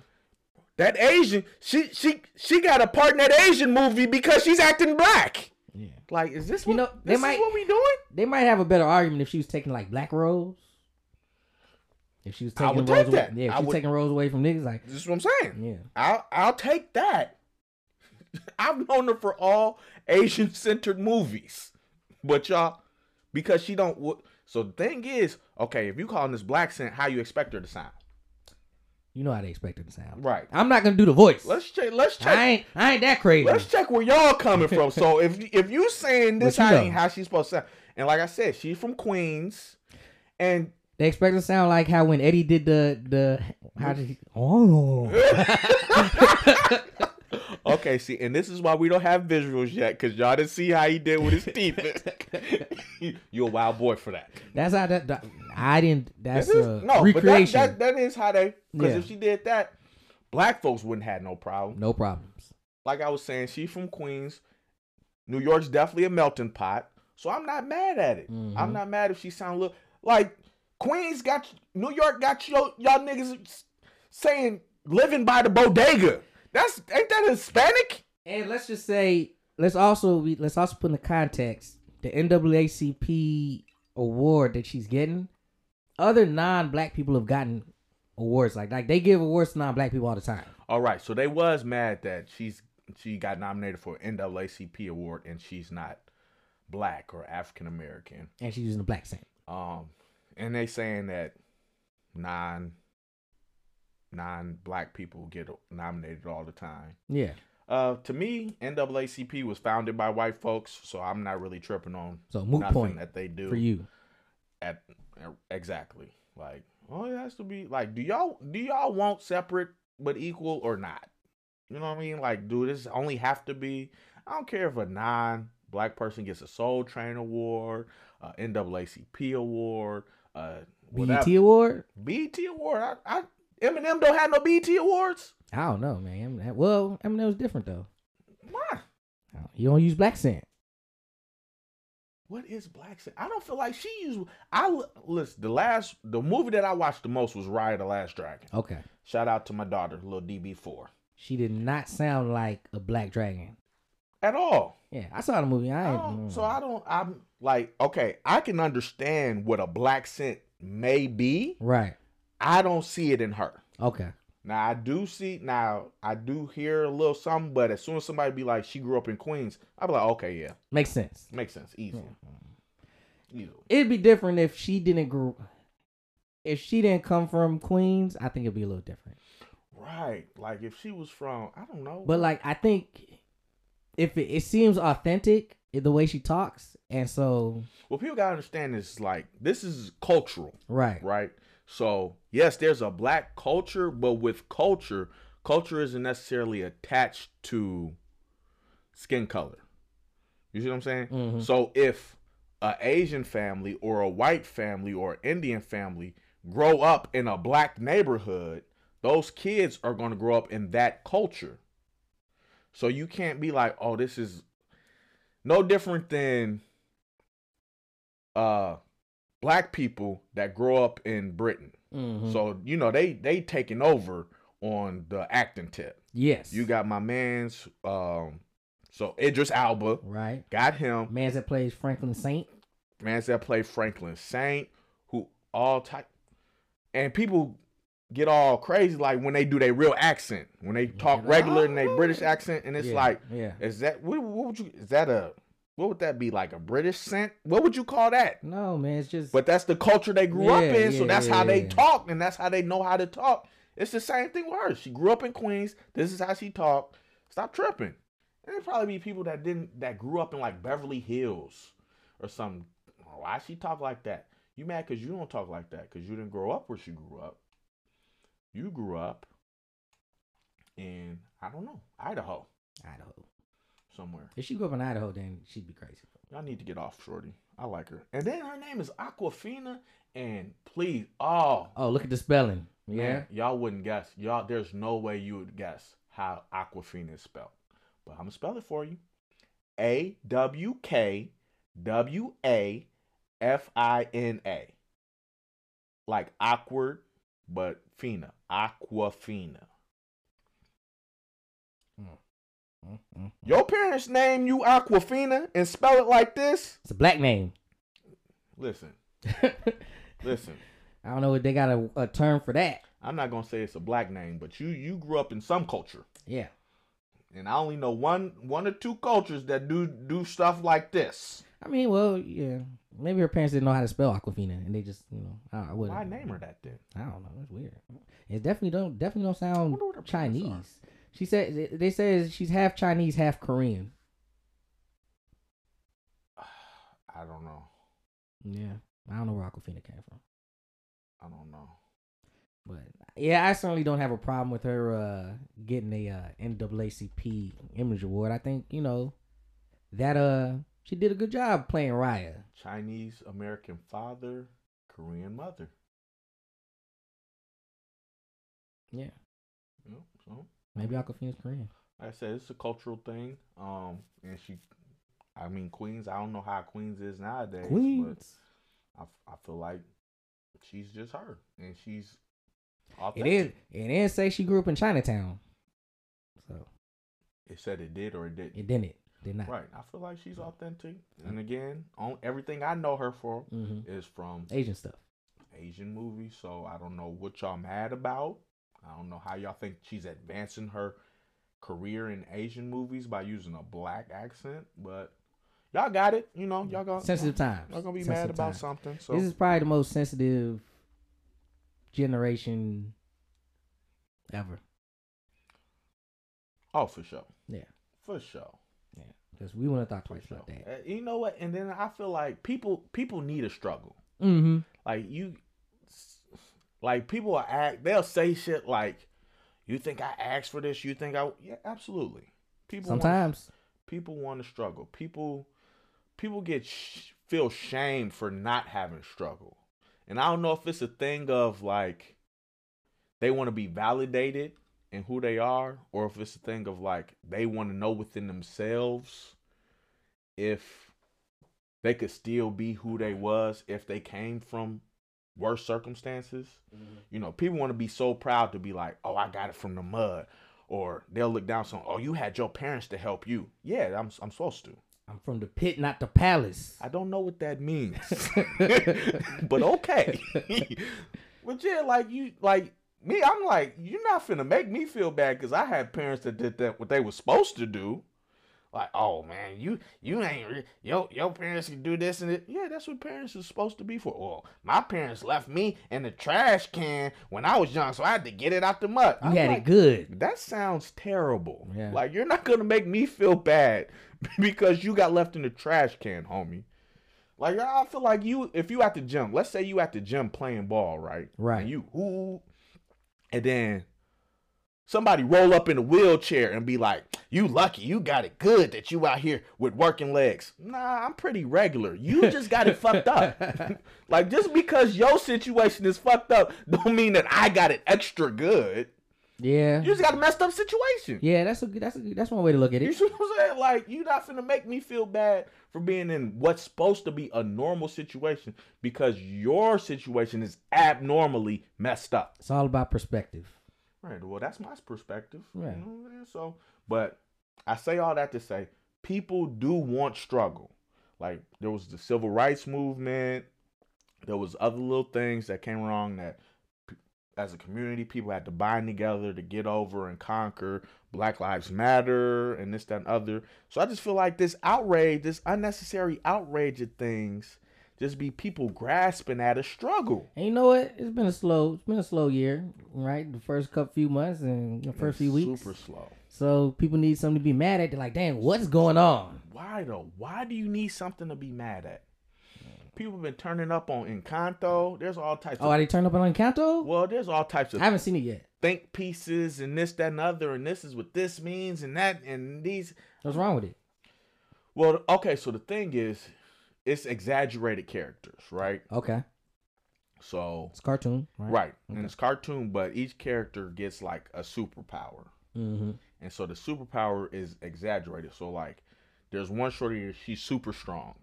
[SPEAKER 1] That Asian, she she she got a part in that Asian movie because she's acting black.
[SPEAKER 2] Yeah.
[SPEAKER 1] Like, is this
[SPEAKER 2] You
[SPEAKER 1] what,
[SPEAKER 2] know, they
[SPEAKER 1] this is
[SPEAKER 2] might-
[SPEAKER 1] what we doing?
[SPEAKER 2] They might have a better argument if she was taking like black roles. If she was
[SPEAKER 1] I
[SPEAKER 2] taking
[SPEAKER 1] would
[SPEAKER 2] roles
[SPEAKER 1] take
[SPEAKER 2] away,
[SPEAKER 1] that.
[SPEAKER 2] yeah, if
[SPEAKER 1] I
[SPEAKER 2] she was
[SPEAKER 1] would-
[SPEAKER 2] taking roles away from niggas, like
[SPEAKER 1] This is what I'm saying.
[SPEAKER 2] yeah,
[SPEAKER 1] I'll I'll take that. [laughs] I've known her for all Asian centered movies, but y'all, because she don't. wa- So the thing is, okay, if you calling this black scent, how you expect her to sound?
[SPEAKER 2] you know how they expect it to sound.
[SPEAKER 1] Right.
[SPEAKER 2] I'm not gonna do the voice.
[SPEAKER 1] Let's check. Let's
[SPEAKER 2] I
[SPEAKER 1] check.
[SPEAKER 2] ain't, I ain't that crazy.
[SPEAKER 1] Let's check where y'all coming from.
[SPEAKER 2] [laughs]
[SPEAKER 1] So if if you saying this,
[SPEAKER 2] But you
[SPEAKER 1] how ain't
[SPEAKER 2] know.
[SPEAKER 1] how she's supposed to sound? And like I said, she's from Queens, and
[SPEAKER 2] They expect it to sound like how when Eddie did the the how did he, oh
[SPEAKER 1] Okay, see, and this is why we don't have visuals yet, because y'all didn't see how he did with his teeth.
[SPEAKER 2] [laughs]
[SPEAKER 1] [laughs] you a wild boy for that.
[SPEAKER 2] that's how that, that- I didn't that's
[SPEAKER 1] This is-
[SPEAKER 2] a
[SPEAKER 1] no,
[SPEAKER 2] recreation
[SPEAKER 1] but that, that, that is how they, because
[SPEAKER 2] Yeah.
[SPEAKER 1] if she did that, black folks wouldn't have no problem.
[SPEAKER 2] no problems
[SPEAKER 1] Like I was saying, she from Queens. New York's definitely a melting pot, so I'm not mad at it. I'm
[SPEAKER 2] Mhm.
[SPEAKER 1] not mad if she sound little, like, Queens got, New York got yo, y'all niggas saying, living by the bodega. That's, ain't that Hispanic?
[SPEAKER 2] and let's just say let's also we, let's also put in the context the NAACP award that she's getting other non black people have gotten awards like like they give awards to non black people all the time
[SPEAKER 1] All right, so they was mad that she's she got nominated for an NAACP award and she's not black or African American.
[SPEAKER 2] and she's using the black scent
[SPEAKER 1] Um, and they saying that non non black people get nominated all the time.
[SPEAKER 2] yeah
[SPEAKER 1] Uh, to me, NAACP was founded by white folks, so I'm not really tripping on
[SPEAKER 2] so moot
[SPEAKER 1] nothing
[SPEAKER 2] point
[SPEAKER 1] that they do
[SPEAKER 2] for you
[SPEAKER 1] at exactly like oh it has to be like do y'all do y'all want separate but equal or not you know what i mean like do this only have to be i don't care if a non black person gets a soul train award a naacp award uh
[SPEAKER 2] BET
[SPEAKER 1] whatever.
[SPEAKER 2] E award
[SPEAKER 1] BET award I, I eminem don't have no BET awards
[SPEAKER 2] I don't know man Eminem- well Eminem was different though.
[SPEAKER 1] why
[SPEAKER 2] You don't use black scent.
[SPEAKER 1] what is black Sa- i don't feel like she used i l- listen the last the movie that i watched the most was Raya the last dragon
[SPEAKER 2] Okay.
[SPEAKER 1] shout out to my daughter little db4
[SPEAKER 2] She did not sound like a black dragon.
[SPEAKER 1] at all.
[SPEAKER 2] Yeah, I saw the movie. I,
[SPEAKER 1] I
[SPEAKER 2] ain't-
[SPEAKER 1] don't,
[SPEAKER 2] mm.
[SPEAKER 1] Oh, so I don't. I'm like, okay, I can understand what a black scent may be.
[SPEAKER 2] right.
[SPEAKER 1] I don't see it in her.
[SPEAKER 2] Okay.
[SPEAKER 1] Now I do see. Now I do hear a little something, but as soon as somebody be like, she grew up in Queens, I'll be like, okay, yeah,
[SPEAKER 2] Makes sense.
[SPEAKER 1] makes sense, easy,
[SPEAKER 2] Mm-hmm.
[SPEAKER 1] easy.
[SPEAKER 2] It'd be different if she didn't grow. If she didn't come from Queens, I think it'd be a little different.
[SPEAKER 1] Right. Like if she was from, I don't know.
[SPEAKER 2] But like I think if it, it seems authentic in the way she talks, and so
[SPEAKER 1] well, people gotta understand this. Like this is cultural,
[SPEAKER 2] right,
[SPEAKER 1] right? So yes, there's a black culture, but with culture, culture isn't necessarily attached to skin color. You see what I'm saying?
[SPEAKER 2] Mhm.
[SPEAKER 1] So if a Asian family or a white family or Indian family grow up in a black neighborhood, those kids are going to grow up in that culture. So you can't be like, "Oh, this is no different than uh black people that grow up in Britain."
[SPEAKER 2] Mhm.
[SPEAKER 1] So, you know, they they taking over on the acting tip.
[SPEAKER 2] yes,
[SPEAKER 1] You got my man's um so Idris Alba,
[SPEAKER 2] right.
[SPEAKER 1] got him.
[SPEAKER 2] Mans that plays Franklin Saint,
[SPEAKER 1] Mans that play Franklin Saint, who all type, and people get all crazy like when they do their real accent, when they talk
[SPEAKER 2] Yeah. Oh.
[SPEAKER 1] regular in their British accent, and it's
[SPEAKER 2] Yeah,
[SPEAKER 1] like,
[SPEAKER 2] yeah,
[SPEAKER 1] is that what, what would you? Is that a what would that be like a British scent? What would you call that?
[SPEAKER 2] no man, it's just
[SPEAKER 1] But that's the culture they grew up
[SPEAKER 2] Yeah,
[SPEAKER 1] in, so
[SPEAKER 2] yeah,
[SPEAKER 1] that's
[SPEAKER 2] yeah,
[SPEAKER 1] how they
[SPEAKER 2] yeah.
[SPEAKER 1] talk, and that's how they know how to talk. It's the same thing with her. She grew up in Queens. This is how she talked. Stop tripping. And there probably be people that didn't that grew up in like Beverly Hills or something. Why she talk like that? You mad because you don't talk like that because you didn't grow up where she grew up. You grew up in I don't know Idaho
[SPEAKER 2] Idaho.
[SPEAKER 1] somewhere.
[SPEAKER 2] If she grew up in Idaho, then she'd be crazy.
[SPEAKER 1] Y'all need to get off, Shorty. I like her. And then her name is Aquafina. And please, oh,
[SPEAKER 2] Oh, look at the spelling. Yeah,
[SPEAKER 1] Man, y'all wouldn't guess. Y'all, there's no way you would guess how Aquafina is spelled. But I'm gonna spell it for you. A W K W A F I N A. Like awkward, but Fina. Aquafina.
[SPEAKER 2] Mm, mm.
[SPEAKER 1] Your parents name you Aquafina and spell it like this?
[SPEAKER 2] it's a black name. [laughs]
[SPEAKER 1] Listen,
[SPEAKER 2] I
[SPEAKER 1] listen.
[SPEAKER 2] don't know if they got a, a term for that.
[SPEAKER 1] I'm not gonna say it's a black name, but you you grew up in some culture.
[SPEAKER 2] Yeah,
[SPEAKER 1] And I only know one one or two cultures that do do stuff like this.
[SPEAKER 2] I mean, well, yeah, maybe her parents didn't know how to spell Aquafina, and they just, you know, I, I would.
[SPEAKER 1] Why name her that then?
[SPEAKER 2] I don't know. It's weird. It definitely don't definitely don't sound
[SPEAKER 1] wonder what her parents are.
[SPEAKER 2] Chinese. She said they- they said she's half Chinese, half Korean.
[SPEAKER 1] I don't know.
[SPEAKER 2] Yeah, I don't know where Aquafina came from,
[SPEAKER 1] I don't know.
[SPEAKER 2] but yeah, I certainly don't have a problem with her uh, getting a uh, NAACP Image Award. I think you know that uh she did a good job playing Raya.
[SPEAKER 1] Chinese American father, Korean mother.
[SPEAKER 2] Yeah,
[SPEAKER 1] You know, so
[SPEAKER 2] maybe Aquafina's Korean.
[SPEAKER 1] like I said, it's a cultural thing. Um, and she, I mean, Queens. I don't know how Queens is nowadays.
[SPEAKER 2] Queens.
[SPEAKER 1] but I, I feel like she's just her, and she's
[SPEAKER 2] It
[SPEAKER 1] authentic.
[SPEAKER 2] is. It didn't say she grew up in Chinatown, so
[SPEAKER 1] It said it did or it didn't.
[SPEAKER 2] it didn't. Did not. Mm.
[SPEAKER 1] Right. I feel like she's authentic. And again, on everything I know her for
[SPEAKER 2] hmm
[SPEAKER 1] is from
[SPEAKER 2] Asian stuff.
[SPEAKER 1] Asian movie, so I don't know what y'all mad about. I don't know how y'all think she's advancing her career in Asian movies by using a black accent, but y'all got it. You know, y'all got
[SPEAKER 2] sensitive times.
[SPEAKER 1] Y'all gonna be mad
[SPEAKER 2] Sensitive
[SPEAKER 1] about
[SPEAKER 2] times.
[SPEAKER 1] something. So
[SPEAKER 2] This is probably the most sensitive generation ever.
[SPEAKER 1] oh, for sure.
[SPEAKER 2] Yeah.
[SPEAKER 1] for sure.
[SPEAKER 2] Yeah, because we want to talk
[SPEAKER 1] For
[SPEAKER 2] twice
[SPEAKER 1] sure.
[SPEAKER 2] about that.
[SPEAKER 1] Uh, You know what? And then I feel like people people need a struggle.
[SPEAKER 2] Mm-hmm.
[SPEAKER 1] Like you, like people are act. They'll say shit like, "You think I asked for this? You think I?" Yeah, absolutely. People want-
[SPEAKER 2] Sometimes.
[SPEAKER 1] people want to struggle people people get sh- feel shame for not having struggle and i don't know if it's a thing of like they want to be validated in who they are or if it's a thing of like they want to know within themselves if they could still be who they was if they came from worse circumstances you know people want to be so proud to be like oh i got it from the mud or they'll look down on, oh, you had your parents to help you. Yeah, I'm, I'm supposed to.
[SPEAKER 2] I'm from the pit, not the palace. [laughs]
[SPEAKER 1] I [laughs] don't know what that means, [laughs] but
[SPEAKER 2] [laughs]
[SPEAKER 1] okay. but yeah, like you, like me, I'm like, you're not finna make me feel bad because I had parents that did that what they were supposed to do. like, oh man, you you ain't re- your your parents can do this and it. Yeah, that's what parents are supposed to be for. Well, my parents left me in the trash can when I was young, so I had to get it out the mud.
[SPEAKER 2] You
[SPEAKER 1] I'm
[SPEAKER 2] had
[SPEAKER 1] like,
[SPEAKER 2] it good.
[SPEAKER 1] That sounds terrible.
[SPEAKER 2] Yeah.
[SPEAKER 1] Like you're not gonna make me feel bad [laughs] because you got left in the trash can, homie. Like I feel like you if you at the gym, let's say you at the gym playing ball, right?
[SPEAKER 2] Right.
[SPEAKER 1] And you ooh and then somebody roll up in a wheelchair and be like, You lucky, you got it good that you out here with working legs. Nah, I'm pretty regular.
[SPEAKER 2] [laughs]
[SPEAKER 1] You just got it fucked up. [laughs] like just because your situation is fucked up don't mean that I got it extra good.
[SPEAKER 2] Yeah.
[SPEAKER 1] You just got a messed up situation.
[SPEAKER 2] Yeah, that's a good that's a good, that's one way to look at
[SPEAKER 1] You
[SPEAKER 2] it.
[SPEAKER 1] see what I'm saying? Like, you not finna make me feel bad for being in what's supposed to be a normal situation because your situation is abnormally messed up.
[SPEAKER 2] It's all about perspective.
[SPEAKER 1] Right. Well, that's my perspective.
[SPEAKER 2] Right.
[SPEAKER 1] You know what I'm saying? So, but I say all that to say people do want struggle. Like, there was the civil rights movement. There was other little things that came wrong that p- as a community, people had to bind together to get over and conquer Black Lives Matter and this, that, and other. So I just feel like this outrage, this unnecessary outrage of things, just be people grasping at a struggle.
[SPEAKER 2] And you know what? It's been a slow it's been a slow year, right? The first couple few months and the first few weeks.
[SPEAKER 1] Super slow.
[SPEAKER 2] So people need something to be mad at. They're like, dang, what's going on?
[SPEAKER 1] Why though? Why do you need something to be mad at? People have been turning up on Encanto. There's all types
[SPEAKER 2] Oh,
[SPEAKER 1] of
[SPEAKER 2] are they turned up on Encanto?
[SPEAKER 1] well, there's all types
[SPEAKER 2] I
[SPEAKER 1] of
[SPEAKER 2] haven't seen it yet.
[SPEAKER 1] think pieces and this, that, and other, and this is what this means and that and these.
[SPEAKER 2] What's wrong with it?
[SPEAKER 1] Well, okay, so the thing is, it's exaggerated characters, right?
[SPEAKER 2] Okay.
[SPEAKER 1] So
[SPEAKER 2] It's a cartoon, right?
[SPEAKER 1] right, and it's cartoon, but each character gets like a superpower.
[SPEAKER 2] Mm-hmm.
[SPEAKER 1] and so the superpower is exaggerated. So like, there's one shorty she's super strong,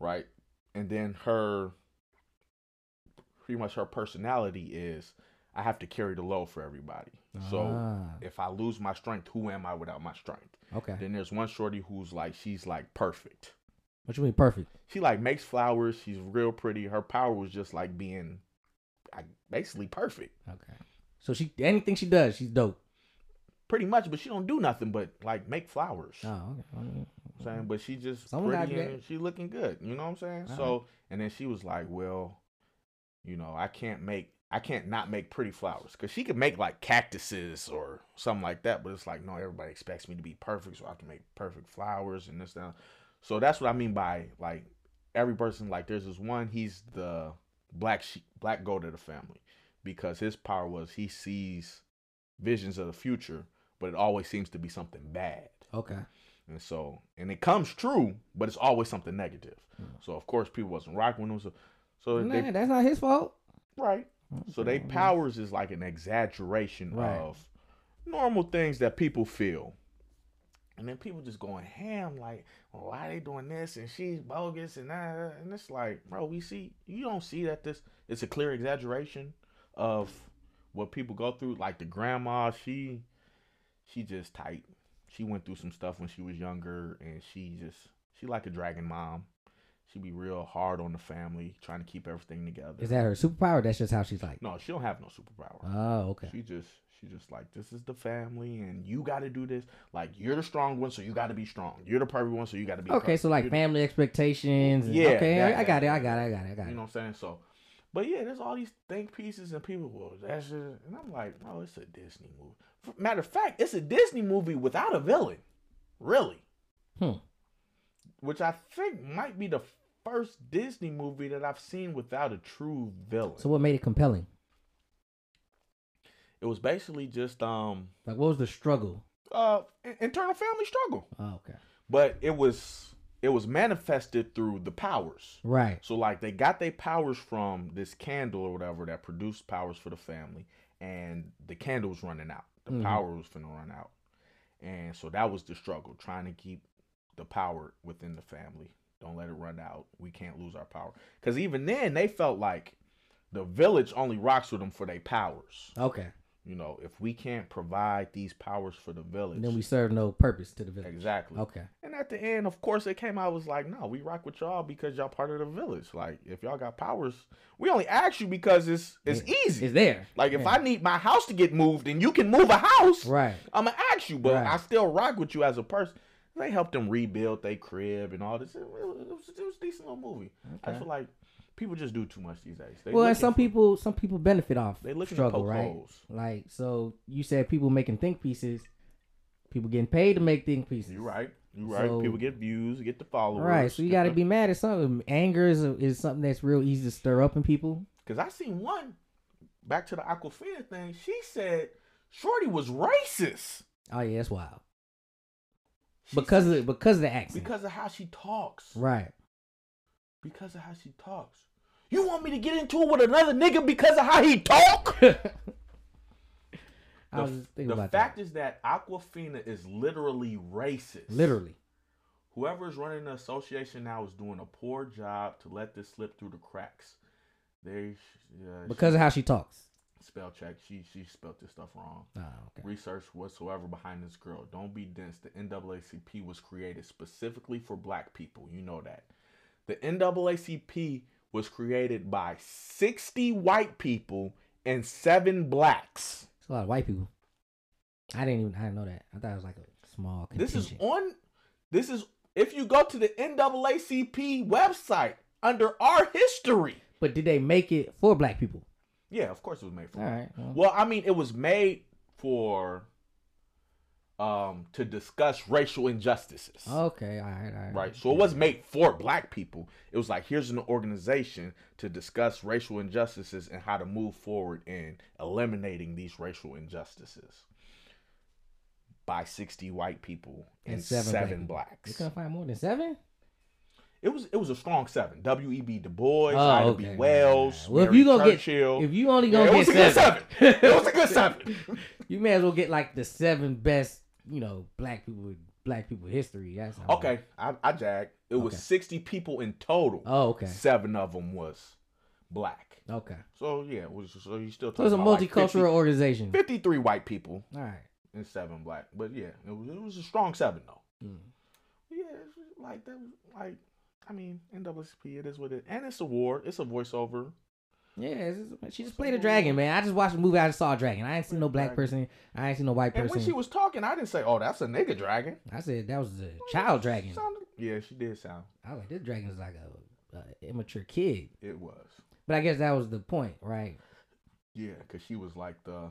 [SPEAKER 1] right? And then her, pretty much her personality is, I have to carry the load for everybody. So
[SPEAKER 2] Ah,
[SPEAKER 1] if I lose my strength, who am I without my strength?
[SPEAKER 2] okay.
[SPEAKER 1] Then there's one shorty who's like she's like perfect.
[SPEAKER 2] What you mean perfect?
[SPEAKER 1] She like makes flowers. She's real pretty. Her power was just like being, like basically perfect,
[SPEAKER 2] Okay. So she anything she does, she's dope.
[SPEAKER 1] pretty much. But she don't do nothing but like make flowers.
[SPEAKER 2] Oh, okay.
[SPEAKER 1] I'm saying, but she just
[SPEAKER 2] Someone gotta
[SPEAKER 1] pretty
[SPEAKER 2] do
[SPEAKER 1] and she looking good. You know what I'm saying?
[SPEAKER 2] Alright.
[SPEAKER 1] So and then she was like, Well, you know, I can't make I can't not make pretty flowers. Cause she could make like cactuses or something like that, but it's like, no, everybody expects me to be perfect, so I have to make perfect flowers and this that. So that's what I mean by like every person like there's this one, he's the black sheep black goat of the family. Because his power was he sees visions of the future, but it always seems to be something bad.
[SPEAKER 2] Okay.
[SPEAKER 1] And so, and it comes true, but it's always something negative. So of course, people wasn't rocking with him. So, so
[SPEAKER 2] Nah,
[SPEAKER 1] they
[SPEAKER 2] that's not his fault.
[SPEAKER 1] right. So they powers is like an exaggeration
[SPEAKER 2] Right.
[SPEAKER 1] of normal things that people feel. And then people just going ham, like, well, why they doing this? And she's bogus, and that. And it's like, bro, we see you don't see that this it's a clear exaggeration of what people go through. Like the grandma, she she just tight. She went through some stuff when she was younger, and she just she like a dragon mom. She be real hard on the family, trying to keep everything together.
[SPEAKER 2] Is that her superpower? That's just how she's like.
[SPEAKER 1] No, she don't have no superpower.
[SPEAKER 2] Oh, okay.
[SPEAKER 1] She just she just like this is the family and you got to do this. Like you're the strong one, so you got to be strong. You're the perfect one, so you got to be
[SPEAKER 2] Okay,
[SPEAKER 1] perfect.
[SPEAKER 2] so like
[SPEAKER 1] You're-
[SPEAKER 2] family expectations. and-
[SPEAKER 1] Yeah,
[SPEAKER 2] Okay,
[SPEAKER 1] that-
[SPEAKER 2] I, I got it. I got it. I got it. I got
[SPEAKER 1] you
[SPEAKER 2] it.
[SPEAKER 1] know what I'm saying? So, but yeah, there's all these think pieces and people. Well, that's just, and I'm like, bro, it's a Disney movie. F- Matter of fact, it's a Disney movie without a villain, really.
[SPEAKER 2] Hmm.
[SPEAKER 1] Which I think might be the first Disney movie that I've seen without a true villain.
[SPEAKER 2] So what made it compelling?
[SPEAKER 1] it was basically just um
[SPEAKER 2] Like, what was the struggle?
[SPEAKER 1] uh in- internal family struggle.
[SPEAKER 2] Oh, okay.
[SPEAKER 1] but it was it was manifested through the powers
[SPEAKER 2] Right.
[SPEAKER 1] so like they got their powers from this candle or whatever that produced powers for the family and the candle was running out the
[SPEAKER 2] Mhm.
[SPEAKER 1] power was gonna run out and so that was the struggle trying to keep the power within the family don't let it run out we can't lose our power because even then they felt like the village only rocks with them for their powers
[SPEAKER 2] Okay.
[SPEAKER 1] you know if we can't provide these powers for the village
[SPEAKER 2] And then we serve no purpose to the village.
[SPEAKER 1] exactly
[SPEAKER 2] Okay.
[SPEAKER 1] and at the end, of course, it came out was like, no, we rock with y'all because y'all part of the village. Like, if y'all got powers, we only ask you because it's it's
[SPEAKER 2] Yeah.
[SPEAKER 1] easy.
[SPEAKER 2] It's there.
[SPEAKER 1] like, if
[SPEAKER 2] Yeah.
[SPEAKER 1] I need my house to get moved and you can move a house,
[SPEAKER 2] Right.
[SPEAKER 1] I'm gonna ask you, but
[SPEAKER 2] Right.
[SPEAKER 1] I still rock with you as a person. It's They helped them rebuild their crib and all this. It was, it was, it was a decent little movie. I just
[SPEAKER 2] Okay.
[SPEAKER 1] feel like people just do too much these days. They
[SPEAKER 2] well, and
[SPEAKER 1] looking
[SPEAKER 2] some
[SPEAKER 1] for-
[SPEAKER 2] people some people benefit off
[SPEAKER 1] they looking
[SPEAKER 2] struggle,
[SPEAKER 1] to poke
[SPEAKER 2] right?
[SPEAKER 1] holes.
[SPEAKER 2] Like so, you said people making think pieces, people getting paid to make think pieces.
[SPEAKER 1] You right. You right.
[SPEAKER 2] So-
[SPEAKER 1] people get views, get the followers.
[SPEAKER 2] Right, so you got to be mad at something. Anger is is something that's real easy to stir up in people.
[SPEAKER 1] Because I seen one back to the Aquafina thing. She said Shorty was racist
[SPEAKER 2] Oh yeah, that's wild
[SPEAKER 1] She
[SPEAKER 2] because
[SPEAKER 1] said
[SPEAKER 2] of because of the accent.
[SPEAKER 1] because of how she talks.
[SPEAKER 2] right,
[SPEAKER 1] Because of how she talks. You want me to get into it with another nigga because of how he talk?
[SPEAKER 2] [laughs] I was
[SPEAKER 1] The-
[SPEAKER 2] just thinking
[SPEAKER 1] the
[SPEAKER 2] about
[SPEAKER 1] fact is that Aquafina is literally racist.
[SPEAKER 2] that. Literally,
[SPEAKER 1] Whoever is running the association now is doing a poor job to let this slip through the cracks. They yeah,
[SPEAKER 2] because of how she talks.
[SPEAKER 1] she, spell check. She she spelled this stuff wrong.
[SPEAKER 2] Oh, okay.
[SPEAKER 1] Research whatsoever behind this girl. Don't be dense. The NAACP was created specifically for black people. You know that. The NAACP was created by 60 white people and seven blacks.
[SPEAKER 2] It's a lot of white people. I didn't even I didn't know that. I thought it was like a small.
[SPEAKER 1] This is
[SPEAKER 2] contingent.
[SPEAKER 1] on. This is if you go to the NAACP website under our history.
[SPEAKER 2] But did they make it for black people?
[SPEAKER 1] Yeah, of course it was made for.
[SPEAKER 2] All right. well,
[SPEAKER 1] Well, I mean, it was made for um to discuss racial injustices.
[SPEAKER 2] okay. All right. All right.
[SPEAKER 1] Right. So it wasn't made for black people. It was like here's an organization to discuss racial injustices and how to move forward in eliminating these racial injustices by 60 white people and, seven,
[SPEAKER 2] black people.
[SPEAKER 1] blacks.
[SPEAKER 2] You couldn't find more than seven.
[SPEAKER 1] It was it was a strong seven. W. E. B. Du Bois,
[SPEAKER 2] Oh,
[SPEAKER 1] Ida
[SPEAKER 2] okay.
[SPEAKER 1] B. Wells,
[SPEAKER 2] Well, if
[SPEAKER 1] Mary
[SPEAKER 2] you gonna
[SPEAKER 1] Churchill.
[SPEAKER 2] get, if you only
[SPEAKER 1] Yeah,
[SPEAKER 2] gonna
[SPEAKER 1] it
[SPEAKER 2] get
[SPEAKER 1] was a good
[SPEAKER 2] seven,
[SPEAKER 1] seven. [laughs] it was a
[SPEAKER 2] [laughs]
[SPEAKER 1] good seven.
[SPEAKER 2] you may as well get like the seven best, you know, black people with black people history. That's how-
[SPEAKER 1] Okay, I, I jagged. It was
[SPEAKER 2] Okay.
[SPEAKER 1] sixty people in total.
[SPEAKER 2] Oh, okay,
[SPEAKER 1] Seven of them was black.
[SPEAKER 2] okay.
[SPEAKER 1] So yeah, it was, so you still
[SPEAKER 2] So it's a
[SPEAKER 1] talking about like
[SPEAKER 2] multicultural
[SPEAKER 1] 50
[SPEAKER 2] organization.
[SPEAKER 1] 53 white people
[SPEAKER 2] All right.
[SPEAKER 1] and seven black. But yeah, it was, it was a strong seven though.
[SPEAKER 2] Mm.
[SPEAKER 1] Yeah, it's just like that. was Like I mean, NAACP. It is what it. And it's a war. It's a voiceover.
[SPEAKER 2] Yeah, it's just- she just played a dragon, man. I just watched the movie. I just saw a dragon. I ain't seen no black person. I ain't seen no white
[SPEAKER 1] And when she
[SPEAKER 2] person.
[SPEAKER 1] was talking, I didn't say, "Oh, that's a nigga dragon."
[SPEAKER 2] I said that was a child dragon.
[SPEAKER 1] Sounded- yeah, she did sound.
[SPEAKER 2] I was like, this dragon is like a, a immature kid.
[SPEAKER 1] It was.
[SPEAKER 2] But I guess that was the point, right?
[SPEAKER 1] Yeah, because she was like the.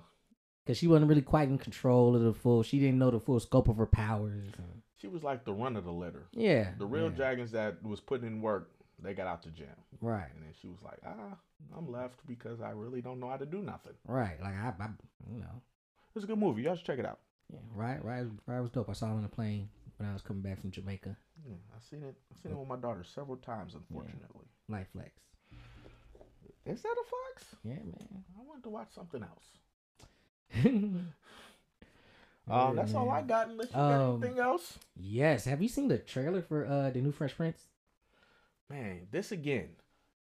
[SPEAKER 2] Because she wasn't really quite in control of the full. She didn't know the full scope of her powers. and-
[SPEAKER 1] She was like the run of the litter.
[SPEAKER 2] yeah,
[SPEAKER 1] The real
[SPEAKER 2] yeah,
[SPEAKER 1] dragons that was putting in work, they got out the gym,
[SPEAKER 2] Right,
[SPEAKER 1] and then she was like, "Ah, I'm left because I really don't know how to do nothing."
[SPEAKER 2] right. Like I, I you know,
[SPEAKER 1] It's a good movie. Y'all should check it out.
[SPEAKER 2] yeah, right, right, right. Was dope. I saw it on the plane when I was coming back from Jamaica.
[SPEAKER 1] Yeah, I've seen it. I've seen it with my daughter several times. Unfortunately,
[SPEAKER 2] Life flex.
[SPEAKER 1] is that a fox?
[SPEAKER 2] Yeah,
[SPEAKER 1] I wanted to watch something else.
[SPEAKER 2] [laughs] man.
[SPEAKER 1] Um,
[SPEAKER 2] Yeah,
[SPEAKER 1] that's all I
[SPEAKER 2] Oh, man.
[SPEAKER 1] got. Unless you got
[SPEAKER 2] Um,
[SPEAKER 1] anything else,
[SPEAKER 2] Yes. Have you seen the trailer for uh the new Fresh Prince?
[SPEAKER 1] man. This again.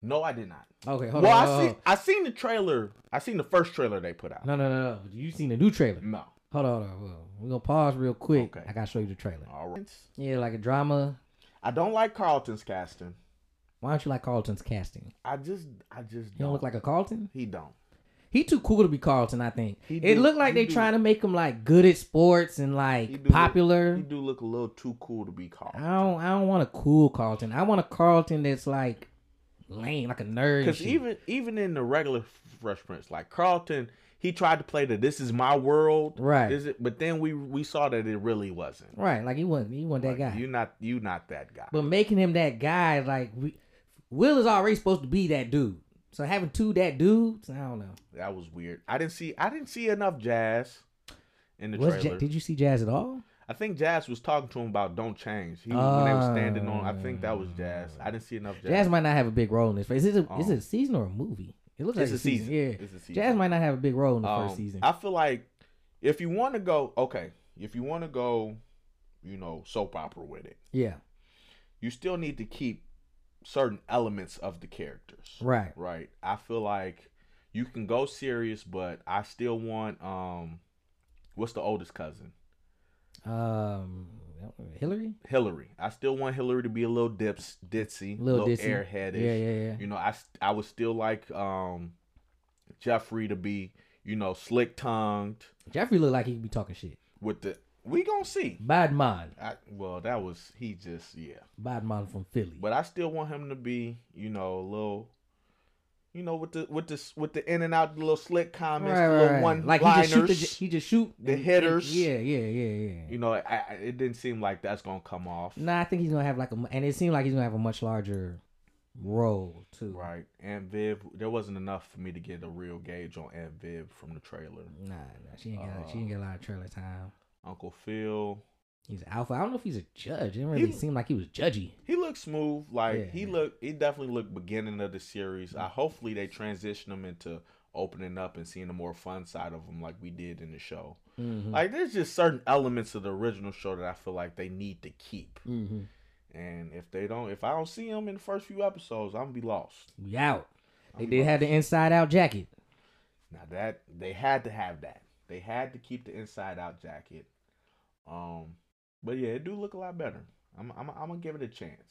[SPEAKER 1] No, I did not.
[SPEAKER 2] Okay, hold
[SPEAKER 1] well,
[SPEAKER 2] on.
[SPEAKER 1] I
[SPEAKER 2] hold on,
[SPEAKER 1] see. I seen the trailer. I seen the first trailer they put out.
[SPEAKER 2] hold on. No, no, no, no. You seen the new trailer?
[SPEAKER 1] No.
[SPEAKER 2] Hold on, hold on. hold on. We're gonna pause real quick.
[SPEAKER 1] Okay.
[SPEAKER 2] I gotta show you the trailer.
[SPEAKER 1] All right.
[SPEAKER 2] Yeah, like a drama.
[SPEAKER 1] I don't like Carlton's casting.
[SPEAKER 2] Why don't you like Carlton's casting?
[SPEAKER 1] I just, I just
[SPEAKER 2] He don't look like a Carlton.
[SPEAKER 1] he don't.
[SPEAKER 2] He too cool to be Carlton. I think
[SPEAKER 1] He
[SPEAKER 2] it
[SPEAKER 1] do-
[SPEAKER 2] looked like
[SPEAKER 1] he
[SPEAKER 2] they
[SPEAKER 1] do.
[SPEAKER 2] trying to make him like good at sports and
[SPEAKER 1] He
[SPEAKER 2] like
[SPEAKER 1] do look-
[SPEAKER 2] popular.
[SPEAKER 1] He do look a little too cool to be called.
[SPEAKER 2] I don't. I don't want a cool Carlton. I want a Carlton that's like lame, like a nerd. and
[SPEAKER 1] Because
[SPEAKER 2] shit.
[SPEAKER 1] even even in the regular Fresh Prince, like Carlton, he tried to play the "This is my world,"
[SPEAKER 2] Right.
[SPEAKER 1] Is it? But then we we saw that it really wasn't.
[SPEAKER 2] right, like he wasn't. He wasn't
[SPEAKER 1] Like,
[SPEAKER 2] that guy.
[SPEAKER 1] You not you not that guy.
[SPEAKER 2] but making him that guy, like we, Will is already supposed to be that dude. So having two that dudes, I don't know.
[SPEAKER 1] that was weird. I didn't see I didn't see enough jazz in the
[SPEAKER 2] Was
[SPEAKER 1] trailer.
[SPEAKER 2] Jazz, did you see Jazz at all?
[SPEAKER 1] I think Jazz was talking to him about don't change. He when they were standing on. I think that was Jazz. I didn't see enough
[SPEAKER 2] Jazz
[SPEAKER 1] Jazz.
[SPEAKER 2] might not have a big role in this. Is it a,
[SPEAKER 1] Oh.
[SPEAKER 2] is it a season or a movie? It looks
[SPEAKER 1] It's
[SPEAKER 2] like
[SPEAKER 1] a season.
[SPEAKER 2] Yeah,
[SPEAKER 1] It's a season.
[SPEAKER 2] Jazz might not have a big role in the
[SPEAKER 1] Um,
[SPEAKER 2] first season.
[SPEAKER 1] I feel like if you want to go, okay, if you want to go, you know, soap opera with it.
[SPEAKER 2] yeah,
[SPEAKER 1] you still need to keep certain elements of the characters.
[SPEAKER 2] right.
[SPEAKER 1] Right. I feel like you can go serious, but I still want um what's the oldest cousin?
[SPEAKER 2] Um, Hillary,
[SPEAKER 1] Hillary. I still want Hillary to be a little dips ditzy,
[SPEAKER 2] Lil
[SPEAKER 1] little,
[SPEAKER 2] Ditsy.
[SPEAKER 1] airheadish.
[SPEAKER 2] Yeah, yeah, yeah.
[SPEAKER 1] You know, I s- I would still like um Jeffrey to be, you know, slick tongued
[SPEAKER 2] Jeffrey looked like he could be talking shit.
[SPEAKER 1] with the We gonna see.
[SPEAKER 2] Badman.
[SPEAKER 1] I, well, that was he just yeah.
[SPEAKER 2] Badman from Philly.
[SPEAKER 1] But I still want him to be, you know, a little, you know, with the with this with the in and out, the little slick comments, the little one
[SPEAKER 2] Like he just shoot the, he just shoot
[SPEAKER 1] the
[SPEAKER 2] and- and-
[SPEAKER 1] hitters.
[SPEAKER 2] Yeah, yeah, yeah, yeah.
[SPEAKER 1] you know, I, I, it didn't seem like that's gonna come off
[SPEAKER 2] Nah, I think he's gonna have like a, mu- and it seemed like he's gonna have a much larger role too.
[SPEAKER 1] right. And Viv, there wasn't enough for me to get a real gauge on Aunt Viv from the trailer.
[SPEAKER 2] Nah, nah, she ain't got, she ain't
[SPEAKER 1] Oh.
[SPEAKER 2] get a lot of trailer time.
[SPEAKER 1] Uncle Phil,
[SPEAKER 2] He's alpha. I don't know if he's a judge. It didn't really
[SPEAKER 1] He-
[SPEAKER 2] seem like he was judgy.
[SPEAKER 1] he looked smooth. Like
[SPEAKER 2] Yeah.
[SPEAKER 1] he looked, he definitely looked beginning of the series. I hopefully they transition him into opening up and seeing the more fun side of him, like we did in the show.
[SPEAKER 2] Mm-hmm.
[SPEAKER 1] Like there's just certain elements of the original show that I feel like they need to keep.
[SPEAKER 2] mm-hmm.
[SPEAKER 1] And if they don't, if I don't see them in the first few episodes, I'm gonna be lost.
[SPEAKER 2] We out. They
[SPEAKER 1] I'm
[SPEAKER 2] did have the inside out jacket.
[SPEAKER 1] Now that they had to have that, they had to keep the inside out jacket. Um, but yeah, it do look a lot better. I'm I'm I'm gonna give it a chance.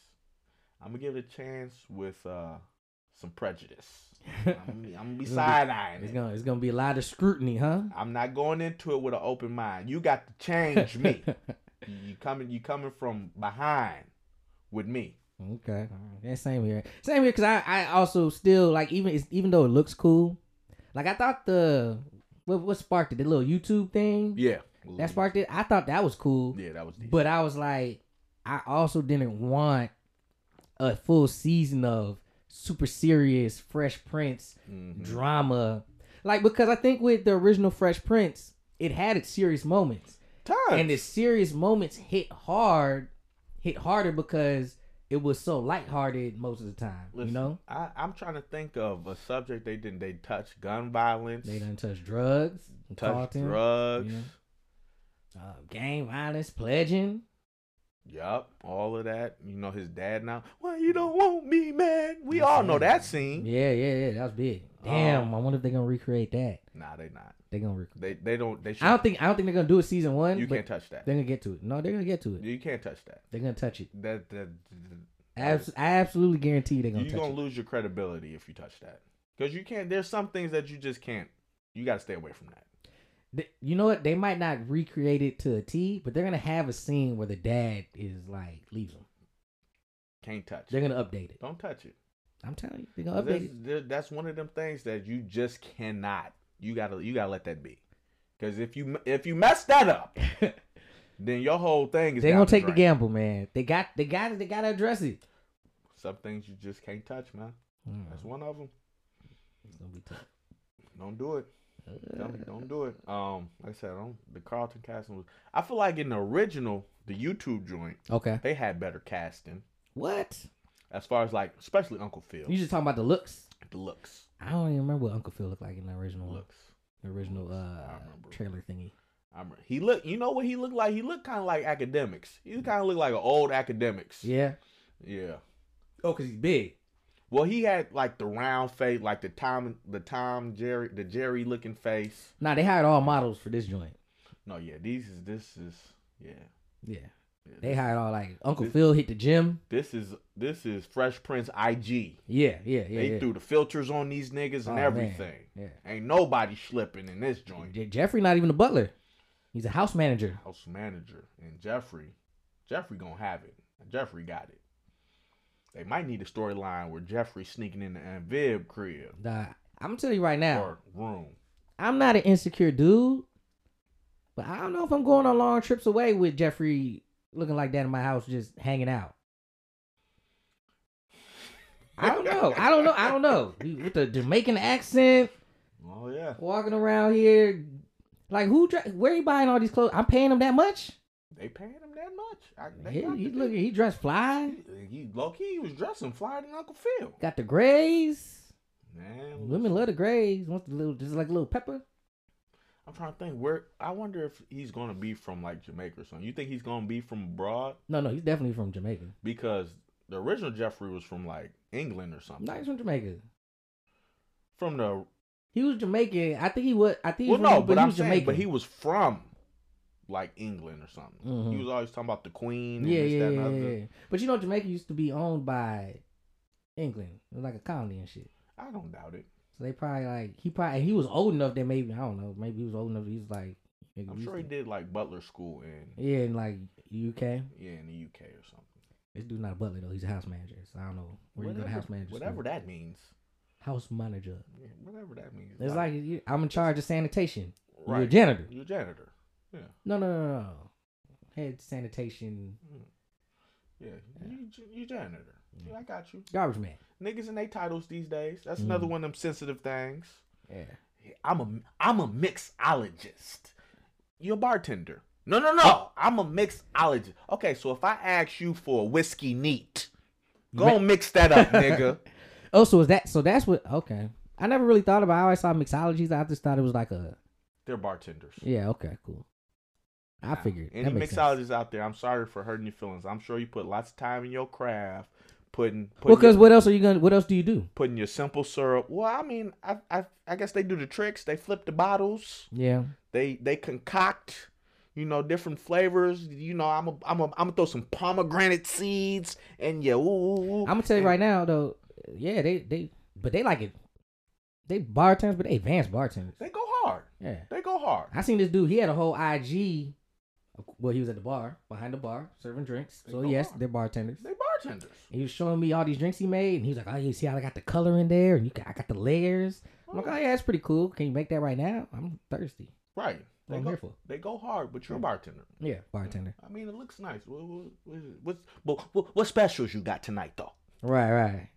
[SPEAKER 1] I'm gonna give it a chance with uh some prejudice. I'm, gonna be- I'm gonna be
[SPEAKER 2] [laughs] It's gonna be-
[SPEAKER 1] side eyeing
[SPEAKER 2] It's
[SPEAKER 1] it.
[SPEAKER 2] gonna it's gonna be a lot of scrutiny, huh?
[SPEAKER 1] I'm not going into it with an open mind. You got to change
[SPEAKER 2] [laughs]
[SPEAKER 1] me. You- you coming you coming from behind with me.
[SPEAKER 2] Okay, alright. yeah, same here. Same here, cause I, I also still like even it's, even though it looks cool, like I thought the what, what sparked it the little YouTube thing
[SPEAKER 1] Yeah.
[SPEAKER 2] that sparked it. I thought that was cool,
[SPEAKER 1] Yeah, that was deep.
[SPEAKER 2] but I was like, I also didn't want a full season of super serious Fresh Prince
[SPEAKER 1] Mhm.
[SPEAKER 2] drama, like because I think with the original Fresh Prince, it had its serious moments.
[SPEAKER 1] Times.
[SPEAKER 2] and the serious moments hit hard, hit harder because it was so lighthearted most of the time.
[SPEAKER 1] Listen,
[SPEAKER 2] you know,
[SPEAKER 1] I, I'm trying to think of a subject they didn't. They touched gun violence.
[SPEAKER 2] they done touch drugs,
[SPEAKER 1] touched
[SPEAKER 2] Carlton,
[SPEAKER 1] drugs.
[SPEAKER 2] Yeah. uh, gang violence, pledging.
[SPEAKER 1] Yup, all of that. You know his dad now. Well, you don't want me, man. We all know that scene.
[SPEAKER 2] Yeah, yeah, yeah. That was big. Damn,
[SPEAKER 1] Um,
[SPEAKER 2] I wonder if they're gonna recreate that.
[SPEAKER 1] Nah, they not.
[SPEAKER 2] They're gonna. Rec-
[SPEAKER 1] They they don't. They should.
[SPEAKER 2] I don't think. I don't think they're gonna do it season one.
[SPEAKER 1] you
[SPEAKER 2] but
[SPEAKER 1] can't touch that.
[SPEAKER 2] They're gonna get to it. No, they're gonna get to it.
[SPEAKER 1] You can't touch that.
[SPEAKER 2] They're gonna touch it.
[SPEAKER 1] That that.
[SPEAKER 2] Abs- I absolutely guarantee they're gonna
[SPEAKER 1] You're
[SPEAKER 2] touch
[SPEAKER 1] gonna
[SPEAKER 2] it.
[SPEAKER 1] lose your credibility if you touch that. Because you can't. There's some things that you just can't. You got to stay away from that.
[SPEAKER 2] Th- you know what? They might not recreate it to a T, but they're gonna have a scene where the dad is like leaves them.
[SPEAKER 1] Can't touch.
[SPEAKER 2] They're gonna update it.
[SPEAKER 1] Don't touch it.
[SPEAKER 2] I'm telling you, they're gonna update
[SPEAKER 1] There's-
[SPEAKER 2] it.
[SPEAKER 1] there- that's one of them things that you just cannot. You gotta you gotta let that be. Because if you if you mess that
[SPEAKER 2] [laughs]
[SPEAKER 1] up, then your whole thing is
[SPEAKER 2] They're
[SPEAKER 1] down
[SPEAKER 2] gonna
[SPEAKER 1] the
[SPEAKER 2] take the
[SPEAKER 1] drain.
[SPEAKER 2] gamble, man. They got, they got, they gotta address it. Mm,
[SPEAKER 1] Some things you just can't touch, man. That's one of them.
[SPEAKER 2] It's gonna be tough.
[SPEAKER 1] Don't do it. Tell me, don't do
[SPEAKER 2] [laughs]
[SPEAKER 1] it. Um, like I said, I don't, the Carlton casting was. I feel like in the original, the YouTube joint,
[SPEAKER 2] Okay.
[SPEAKER 1] they had better casting
[SPEAKER 2] What?
[SPEAKER 1] as far as like, especially Uncle Phil,
[SPEAKER 2] You just talking about the looks?
[SPEAKER 1] the looks,
[SPEAKER 2] I don't even remember what Uncle Phil looked like in the original, one.
[SPEAKER 1] looks.
[SPEAKER 2] the original
[SPEAKER 1] I
[SPEAKER 2] uh
[SPEAKER 1] don't remember.
[SPEAKER 2] trailer thingy.
[SPEAKER 1] I'm, he looked. You know what he looked like? He looked kind of like academics. He kind of looked like an old academics.
[SPEAKER 2] Yeah.
[SPEAKER 1] Yeah.
[SPEAKER 2] Oh, cause he's big.
[SPEAKER 1] Well, he had like the round face, like the Tom, the Tom Jerry, the Jerry looking face.
[SPEAKER 2] Nah, they hired all models for this joint.
[SPEAKER 1] No, yeah, these is this is yeah.
[SPEAKER 2] Yeah.
[SPEAKER 1] yeah,
[SPEAKER 2] They hired all like Uncle
[SPEAKER 1] This-
[SPEAKER 2] Phil hit the gym.
[SPEAKER 1] This is this is Fresh Prince IG.
[SPEAKER 2] Yeah, yeah, yeah.
[SPEAKER 1] they
[SPEAKER 2] yeah.
[SPEAKER 1] threw the filters on these niggas
[SPEAKER 2] Oh,
[SPEAKER 1] and
[SPEAKER 2] man.
[SPEAKER 1] everything.
[SPEAKER 2] Yeah.
[SPEAKER 1] Ain't nobody slipping in this joint.
[SPEAKER 2] Je- Jeffrey not even a butler. He's a house manager.
[SPEAKER 1] House manager and Jeffrey, Jeffrey gonna have it. Jeffrey got it. They might need a storyline where Jeffrey sneaking into Aunt Viv crib
[SPEAKER 2] Nah, I'm gonna tell you right now.
[SPEAKER 1] or room.
[SPEAKER 2] I'm not an insecure dude, but I don't know if I'm going on long trips away with Jeffrey looking like that in my house, just hanging out. I don't know. I don't know. I don't know. He- With the Jamaican accent,
[SPEAKER 1] Oh yeah,
[SPEAKER 2] walking around here, like who? dre- Where you buying all these clothes? I'm paying him that much.
[SPEAKER 1] they paying him that much. I,
[SPEAKER 2] Yeah,
[SPEAKER 1] they got
[SPEAKER 2] he
[SPEAKER 1] the-
[SPEAKER 2] look. He dressed fly.
[SPEAKER 1] He- He low key, he was dressing flyer than Uncle Phil.
[SPEAKER 2] Got the grays.
[SPEAKER 1] Man,
[SPEAKER 2] Women love the grays. Wants the little, just like a little pepper.
[SPEAKER 1] I'm trying to think where. I wonder if he's gonna be from like Jamaica or something. You think he's gonna be from abroad?
[SPEAKER 2] No, no, he's definitely from Jamaica.
[SPEAKER 1] Because the original Jeffrey was from like England or something.
[SPEAKER 2] No, he's from Jamaica.
[SPEAKER 1] From the
[SPEAKER 2] He was Jamaican. I think he was. I think he
[SPEAKER 1] well,
[SPEAKER 2] was,
[SPEAKER 1] no,
[SPEAKER 2] from-
[SPEAKER 1] but,
[SPEAKER 2] he
[SPEAKER 1] I'm
[SPEAKER 2] was
[SPEAKER 1] saying,
[SPEAKER 2] Jamaican.
[SPEAKER 1] but he was from like England or something.
[SPEAKER 2] Mhm.
[SPEAKER 1] He was always talking about the Queen. And
[SPEAKER 2] yeah,
[SPEAKER 1] this,
[SPEAKER 2] yeah,
[SPEAKER 1] that,
[SPEAKER 2] yeah,
[SPEAKER 1] and
[SPEAKER 2] yeah,
[SPEAKER 1] other.
[SPEAKER 2] yeah. But you know, Jamaica used to be owned by England. It was like a colony and shit.
[SPEAKER 1] I don't doubt it.
[SPEAKER 2] So they probably like he probably he was old enough that maybe I don't know maybe he was old enough he was like Nigga,
[SPEAKER 1] I'm
[SPEAKER 2] we
[SPEAKER 1] sure he
[SPEAKER 2] used
[SPEAKER 1] did like Butler School in
[SPEAKER 2] to- Yeah, in like UK.
[SPEAKER 1] yeah in the UK or something.
[SPEAKER 2] This dude's not a butler though. He's a house manager. So I don't know where you go to house manager. school.
[SPEAKER 1] Whatever that means.
[SPEAKER 2] House manager.
[SPEAKER 1] Yeah, whatever that means.
[SPEAKER 2] It's like you- I'm in charge of sanitation. You're a
[SPEAKER 1] right.
[SPEAKER 2] janitor.
[SPEAKER 1] You're a janitor. Yeah.
[SPEAKER 2] No, no, no, no, no. Head sanitation
[SPEAKER 1] Mm. Yeah. You j- you janitor. Yeah, I got you.
[SPEAKER 2] garbage man.
[SPEAKER 1] Niggas and they titles these days. That's
[SPEAKER 2] Mm-hmm.
[SPEAKER 1] another one of them sensitive things.
[SPEAKER 2] Yeah.
[SPEAKER 1] I'm a I'm a mixologist. You're a bartender. No, no, no. I'm a mixologist. Okay, so if I ask you for a whiskey neat, go
[SPEAKER 2] Ma-
[SPEAKER 1] and mix that
[SPEAKER 2] [laughs]
[SPEAKER 1] up, nigga.
[SPEAKER 2] Oh, so is that so that's what okay. I never really thought about I always saw mixologies. I just thought it was like a
[SPEAKER 1] They're bartenders.
[SPEAKER 2] yeah, okay, cool. I
[SPEAKER 1] Now,
[SPEAKER 2] figured.
[SPEAKER 1] Any
[SPEAKER 2] that makes sense.
[SPEAKER 1] mixologists out there, I'm sorry for hurting your feelings. I'm sure you put lots of time in your craft, putting
[SPEAKER 2] Well,
[SPEAKER 1] putting,
[SPEAKER 2] because
[SPEAKER 1] your,
[SPEAKER 2] what else are you gonna? What else do you do?
[SPEAKER 1] putting your simple syrup. Well, I mean, I, I I guess they do the tricks. They flip the bottles.
[SPEAKER 2] Yeah,
[SPEAKER 1] They they concoct, you know, different flavors. You know, I'm a, I'm a, I'm gonna throw some pomegranate seeds and yeah, ooh, ooh, ooh.
[SPEAKER 2] I'm gonna tell you right now though. Yeah, they they but they like it. They bartenders, but they advanced bartenders.
[SPEAKER 1] They go hard.
[SPEAKER 2] Yeah,
[SPEAKER 1] They go hard.
[SPEAKER 2] I seen this dude. He had a whole IG. Well, he was at the bar behind the bar serving drinks.
[SPEAKER 1] They
[SPEAKER 2] So
[SPEAKER 1] go
[SPEAKER 2] yes,
[SPEAKER 1] hard.
[SPEAKER 2] they're bartenders.
[SPEAKER 1] They bartenders.
[SPEAKER 2] And he was showing me all these drinks he made, and he was like, "Oh, you see how I got the color in there, and you got, I got the layers." I'm like, "Oh yeah, that's pretty cool. Can you make that right now? I'm thirsty.
[SPEAKER 1] Right.
[SPEAKER 2] What
[SPEAKER 1] They
[SPEAKER 2] I'm
[SPEAKER 1] go,
[SPEAKER 2] here for?
[SPEAKER 1] they go hard, but you're a bartender.
[SPEAKER 2] Yeah, bartender.
[SPEAKER 1] I mean, it looks nice. What, what, what, is it? What's- what, what, what specials you got tonight, though?
[SPEAKER 2] Right, right.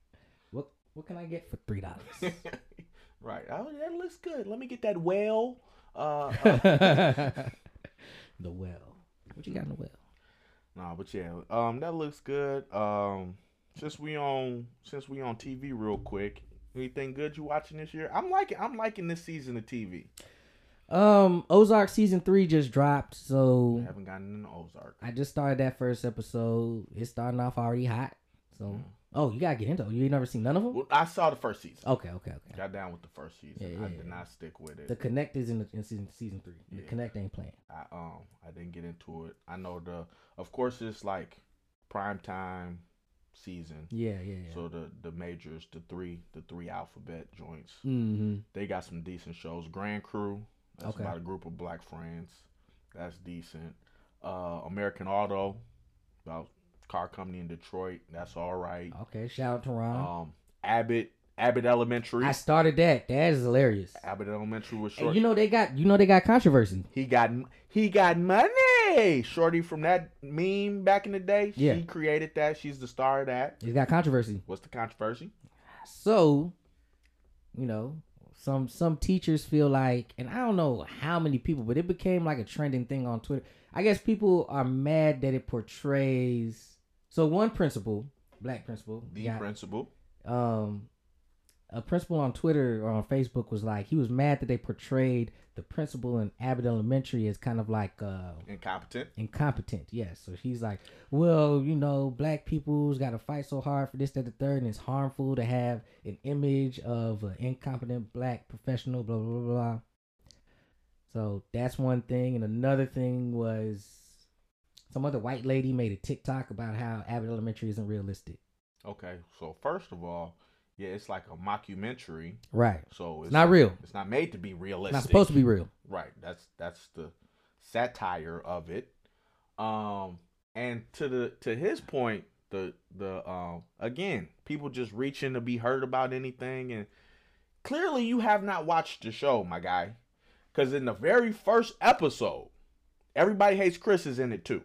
[SPEAKER 2] What what can I get for three [laughs] dollars?"
[SPEAKER 1] right. Oh, that looks good. Let me get that whale. Uh, uh,
[SPEAKER 2] the well. What you got in the well?
[SPEAKER 1] nah, but yeah, um, that looks good. Um, since we on since we on TV real quick, anything good you watching this year? I'm liking I'm liking this season of TV.
[SPEAKER 2] Um, Ozark season three just dropped,
[SPEAKER 1] I
[SPEAKER 2] so
[SPEAKER 1] haven't gotten into Ozark.
[SPEAKER 2] I just started that first episode. It's starting off already hot. So, oh, you gotta get into it. You ain't never seen none of them?
[SPEAKER 1] Well, I saw the first season.
[SPEAKER 2] Okay, okay, okay.
[SPEAKER 1] Got down with the first season.
[SPEAKER 2] Yeah, yeah,
[SPEAKER 1] I did
[SPEAKER 2] yeah.
[SPEAKER 1] not stick with it.
[SPEAKER 2] The Connect is in, the, in season season three. The
[SPEAKER 1] Yeah.
[SPEAKER 2] Connect ain't playing.
[SPEAKER 1] I um I didn't get into it. I know the of course it's like prime time season.
[SPEAKER 2] Yeah, yeah, yeah.
[SPEAKER 1] So the the majors, the three the three alphabet joints.
[SPEAKER 2] mm-hmm.
[SPEAKER 1] They got some decent shows. Grand Crew, that's
[SPEAKER 2] Okay.
[SPEAKER 1] about a group of black friends. That's decent. Uh American Auto, about car company in Detroit. That's all right.
[SPEAKER 2] Okay, shout out to Ron.
[SPEAKER 1] Um Abbott Abbott Elementary.
[SPEAKER 2] Uh-huh. I started that. That is hilarious.
[SPEAKER 1] Abbott Elementary was
[SPEAKER 2] And
[SPEAKER 1] short.
[SPEAKER 2] you know they got you know they got controversy.
[SPEAKER 1] He got he got money. Shorty from that meme back in the day.
[SPEAKER 2] Yeah.
[SPEAKER 1] She created that. She's the star of that.
[SPEAKER 2] They got controversy.
[SPEAKER 1] What's the controversy?
[SPEAKER 2] So, you know, some some teachers feel like, and I don't know how many people, but it became like a trending thing on Twitter. I guess people are mad that it portrays. So one principal, black principal,
[SPEAKER 1] The
[SPEAKER 2] got-
[SPEAKER 1] principal.
[SPEAKER 2] um, a principal on Twitter or on Facebook was like he was mad that they portrayed the principal in Abbott Elementary as kind of like uh,
[SPEAKER 1] Incompetent.
[SPEAKER 2] incompetent. Yes. So he's like, well, you know, black people's got to fight so hard for this, that, the third, and it's harmful to have an image of an incompetent black professional, blah, blah, blah, blah. So that's one thing. And another thing was some other white lady made a TikTok about how Abbott Elementary isn't realistic.
[SPEAKER 1] Okay. So first of all, yeah, it's like a mockumentary.
[SPEAKER 2] Right.
[SPEAKER 1] So it's,
[SPEAKER 2] It's not real.
[SPEAKER 1] It's not made to be realistic.
[SPEAKER 2] It's not supposed to be real.
[SPEAKER 1] Right. That's that's the satire of it. Um and to the to his point, the the um again, people just reaching to be heard about anything and clearly you have not watched the show, my guy. Cause in the very first episode, Everybody Hates Chris is in it too.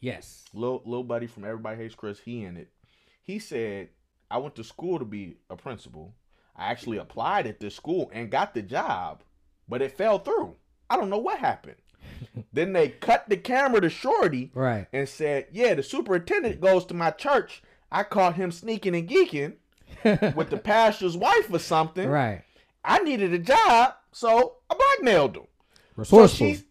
[SPEAKER 2] Yes.
[SPEAKER 1] Lil Lil Buddy from Everybody Hates Chris, he in it. He said, I went to school to be a principal. I actually applied at this school and got the job, but it fell through. I don't know what
[SPEAKER 2] [laughs]
[SPEAKER 1] happened. then they cut the camera to Shorty
[SPEAKER 2] Right.
[SPEAKER 1] and said, Yeah, the superintendent goes to my church. I caught him sneaking and geeking with the pastor's wife or something.
[SPEAKER 2] [laughs] right.
[SPEAKER 1] I needed a job, so I blackmailed him. So
[SPEAKER 2] Resourceful.
[SPEAKER 1] she's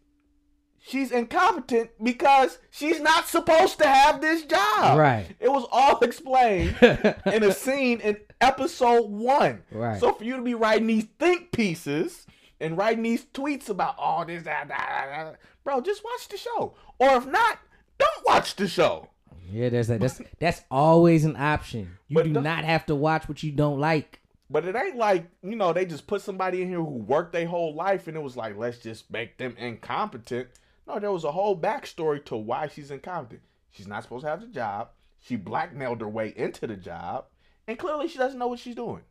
[SPEAKER 1] she's incompetent because she's not supposed to have this job.
[SPEAKER 2] Right.
[SPEAKER 1] It was all explained [laughs]
[SPEAKER 2] [laughs]
[SPEAKER 1] in a scene in episode one.
[SPEAKER 2] Right.
[SPEAKER 1] So for you to be writing these think pieces and writing these tweets about all this, that, that, that, that, bro, just watch the show. Or if not, don't watch the show.
[SPEAKER 2] Yeah, that's that. That's that's always an option. You
[SPEAKER 1] But
[SPEAKER 2] do
[SPEAKER 1] the-
[SPEAKER 2] not have to watch what you don't like.
[SPEAKER 1] But it ain't like, you know, they just put somebody in here who worked their whole life and it was like, let's just make them incompetent. No, there was a whole backstory to why she's incompetent. She's not supposed to have the job. She blackmailed her way into the job. And clearly she doesn't know what she's doing.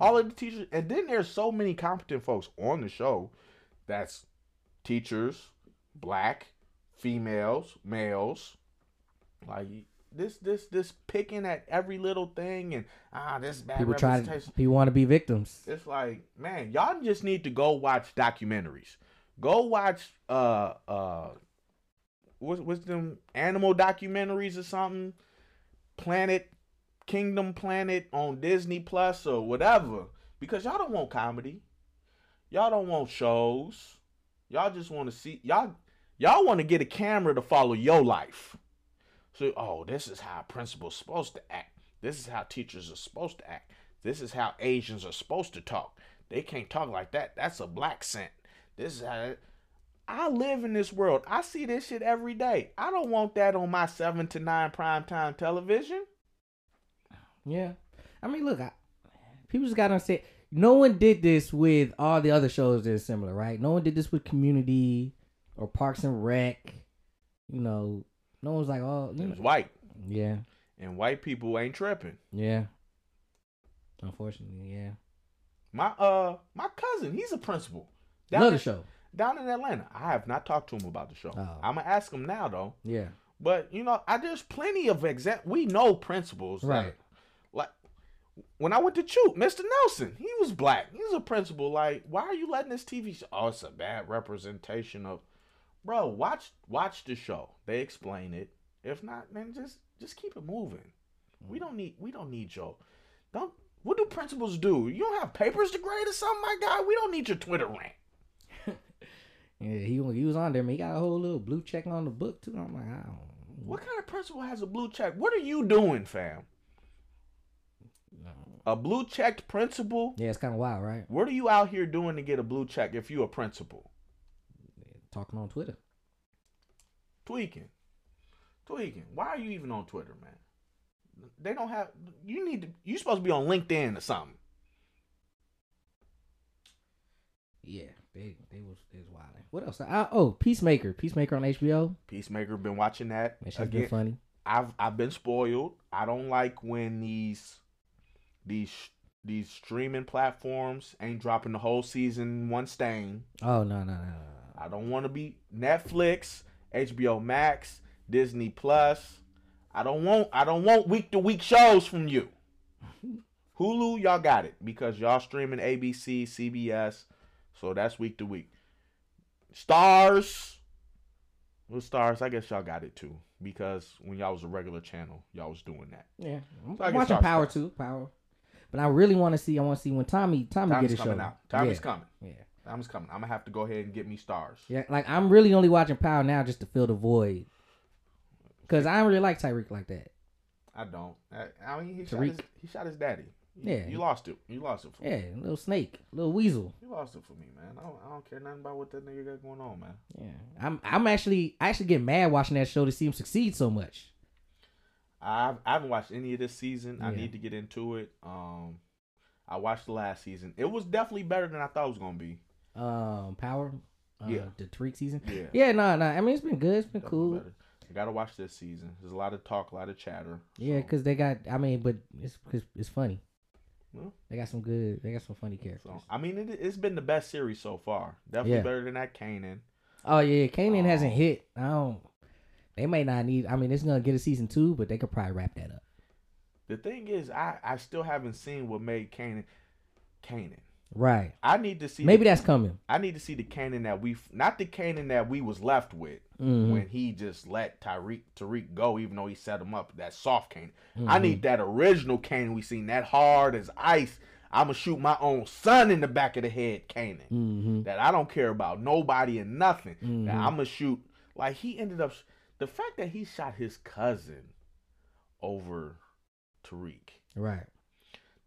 [SPEAKER 1] All of the teachers and then there's so many competent folks on the show that's teachers, black, females, males. Like this this this picking at every little thing and ah this bad
[SPEAKER 2] People try to,
[SPEAKER 1] representation.
[SPEAKER 2] people want to be victims.
[SPEAKER 1] It's like, man, y'all just need to go watch documentaries. Go watch uh uh what's what's them animal documentaries or something? Planet Kingdom Planet on Disney Plus or whatever. Because y'all don't want comedy. Y'all don't want shows. Y'all just want to see y'all y'all want to get a camera to follow your life. So, oh, this is how a principal's supposed to act. This is how teachers are supposed to act. This is how Asians are supposed to talk. They can't talk like that. That's a black scent. This is how I live in this world. I see this shit every day. I don't want that on my seven to nine primetime television.
[SPEAKER 2] Yeah, I mean, look, I, people just got to say no one did this with all the other shows that are similar, right? No one did this with Community or Parks and Rec. You know, no one's like, oh, you
[SPEAKER 1] It was
[SPEAKER 2] know.
[SPEAKER 1] white,
[SPEAKER 2] yeah,
[SPEAKER 1] and white people ain't tripping.
[SPEAKER 2] yeah. Unfortunately, yeah.
[SPEAKER 1] My uh, my cousin, he's a principal down
[SPEAKER 2] Another
[SPEAKER 1] in,
[SPEAKER 2] show,
[SPEAKER 1] down in Atlanta. I have not talked to him about the show.
[SPEAKER 2] Oh.
[SPEAKER 1] I'm gonna ask him now though.
[SPEAKER 2] yeah.
[SPEAKER 1] But you know, I there's plenty of exact. We know principals, that-
[SPEAKER 2] Right.
[SPEAKER 1] like when I went to shoot Mr. Nelson, he was black. He's a principal. Like, why are you letting this TV show? Oh, it's a bad representation of, bro. Watch watch the show. They explain it. If not, man, just just keep it moving. We don't need we don't need your don't. What do principals do? You don't have papers to grade or something, my guy. We don't need your Twitter rant.
[SPEAKER 2] Yeah, he wa- he was on there, man. He got a whole little blue check on the book too. I'm like, I don't.
[SPEAKER 1] What kind of principal has a blue check? What are you doing, fam? A blue checked principal?
[SPEAKER 2] Yeah, it's kind of wild, right?
[SPEAKER 1] What are you out here doing to get a blue check if you a principal?
[SPEAKER 2] Talking on Twitter.
[SPEAKER 1] Tweaking. Tweaking. Why are you even on Twitter, man? They don't have you need to you supposed to be on LinkedIn or something.
[SPEAKER 2] Yeah, they they was they was wild. What else? I, oh, Peacemaker, Peacemaker on HBO.
[SPEAKER 1] Peacemaker been watching that.
[SPEAKER 2] That shit's been
[SPEAKER 1] Again,
[SPEAKER 2] funny.
[SPEAKER 1] I've I've been spoiled. I don't like when these these these streaming platforms ain't dropping the whole season in one stain.
[SPEAKER 2] Oh no no no. no.
[SPEAKER 1] I don't want to be Netflix, HBO Max, Disney Plus. I don't want I don't want week to week shows from
[SPEAKER 2] [laughs]
[SPEAKER 1] you. Hulu, y'all got it because y'all streaming ABC, CBS, so that's week to week. Stars, well, stars, I guess y'all got it too because when y'all was a regular channel, y'all was doing that.
[SPEAKER 2] Yeah, I'm,
[SPEAKER 1] So I
[SPEAKER 2] I'm
[SPEAKER 1] guess
[SPEAKER 2] watching
[SPEAKER 1] I'll
[SPEAKER 2] Power
[SPEAKER 1] stop.
[SPEAKER 2] too, Power. But I really want to see. I want to see when Tommy Tommy
[SPEAKER 1] Tommy's
[SPEAKER 2] get a
[SPEAKER 1] coming
[SPEAKER 2] show.
[SPEAKER 1] out. Tommy's
[SPEAKER 2] yeah.
[SPEAKER 1] coming.
[SPEAKER 2] Yeah.
[SPEAKER 1] Tommy's coming. I'm gonna have to go ahead and get me stars.
[SPEAKER 2] Yeah, like I'm really only watching Power now just to fill the void. Cause I don't really like Tyreek like that.
[SPEAKER 1] I don't. I, I mean, he shot, his,
[SPEAKER 2] Tariq.
[SPEAKER 1] he shot his daddy.
[SPEAKER 2] Yeah.
[SPEAKER 1] you lost it. You lost it. For
[SPEAKER 2] Yeah, little snake, little weasel.
[SPEAKER 1] You lost it for me, man. I don't, I don't care nothing about what that nigga got going on, man.
[SPEAKER 2] Yeah, I'm I'm actually I actually get mad watching that show to see him succeed so much.
[SPEAKER 1] I've, I haven't watched any of this season. I
[SPEAKER 2] Yeah.
[SPEAKER 1] need to get into it. Um, I watched the last season. It was definitely better than I thought it was gonna be.
[SPEAKER 2] Um, Power, uh,
[SPEAKER 1] Yeah.
[SPEAKER 2] the Tariq season.
[SPEAKER 1] Yeah,
[SPEAKER 2] Yeah, no, no. I mean, it's been good. It's been
[SPEAKER 1] definitely
[SPEAKER 2] cool.
[SPEAKER 1] better. I gotta watch this season. There's a lot of talk, a lot of chatter.
[SPEAKER 2] Yeah,
[SPEAKER 1] so-
[SPEAKER 2] because they got. I mean, but it's 'cause it's funny.
[SPEAKER 1] Well.
[SPEAKER 2] They got some good. They got some funny characters.
[SPEAKER 1] so, I mean, it, it's been the best series so far. Definitely
[SPEAKER 2] Yeah.
[SPEAKER 1] better than that Kanan.
[SPEAKER 2] Oh yeah, Kanan
[SPEAKER 1] Oh.
[SPEAKER 2] hasn't hit. I don't. They may not need. I mean, it's gonna get a season two, but they could probably wrap that up.
[SPEAKER 1] The thing is, I, I still haven't seen what made Kanan Kanan.
[SPEAKER 2] Right.
[SPEAKER 1] I need to see the-
[SPEAKER 2] Maybe that's coming.
[SPEAKER 1] I need to see the Kanan that we not the Kanan that we was left with.
[SPEAKER 2] Mhm.
[SPEAKER 1] when he just let Tyreek Tariq go, even though he set him up. That soft cane.
[SPEAKER 2] Mm-hmm.
[SPEAKER 1] I need that original cane we seen, that hard as ice. I'ma shoot my own son in the back of the head, Canaan.
[SPEAKER 2] Mm-hmm.
[SPEAKER 1] That I don't care about nobody and nothing.
[SPEAKER 2] Mhm.
[SPEAKER 1] That I'ma shoot. Like he ended up. The fact that he shot his cousin over Tariq.
[SPEAKER 2] Right.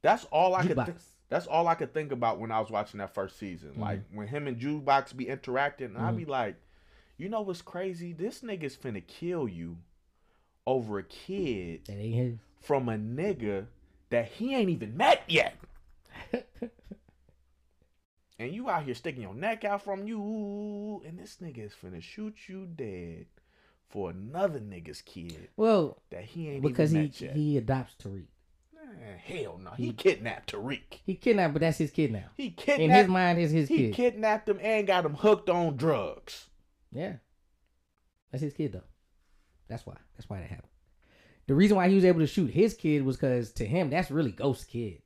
[SPEAKER 1] That's all I could.
[SPEAKER 2] Jukebox.
[SPEAKER 1] Think, that's all I could think about when I was watching that first season.
[SPEAKER 2] Mm-hmm.
[SPEAKER 1] Like when him and Jukebox be interacting, and I'd be like, you know what's crazy? This nigga's finna kill you over a kid
[SPEAKER 2] That ain't his. [laughs]
[SPEAKER 1] from a nigga that he ain't even met yet. and you out here sticking your neck out from you, and this nigga is finna shoot you dead for another nigga's kid
[SPEAKER 2] Well,
[SPEAKER 1] that he ain't
[SPEAKER 2] because
[SPEAKER 1] even
[SPEAKER 2] he
[SPEAKER 1] met yet.
[SPEAKER 2] he adopts Tariq.
[SPEAKER 1] Man, hell no, he kidnapped Tariq.
[SPEAKER 2] He kidnapped, but that's his kid now.
[SPEAKER 1] He
[SPEAKER 2] In his
[SPEAKER 1] kidnapped.
[SPEAKER 2] mind, is his
[SPEAKER 1] he
[SPEAKER 2] kid.
[SPEAKER 1] kidnapped him and got him hooked on drugs.
[SPEAKER 2] Yeah. That's his kid though. That's why. That's why that happened. The reason why he was able to shoot his kid was because to him that's really Ghost's kid.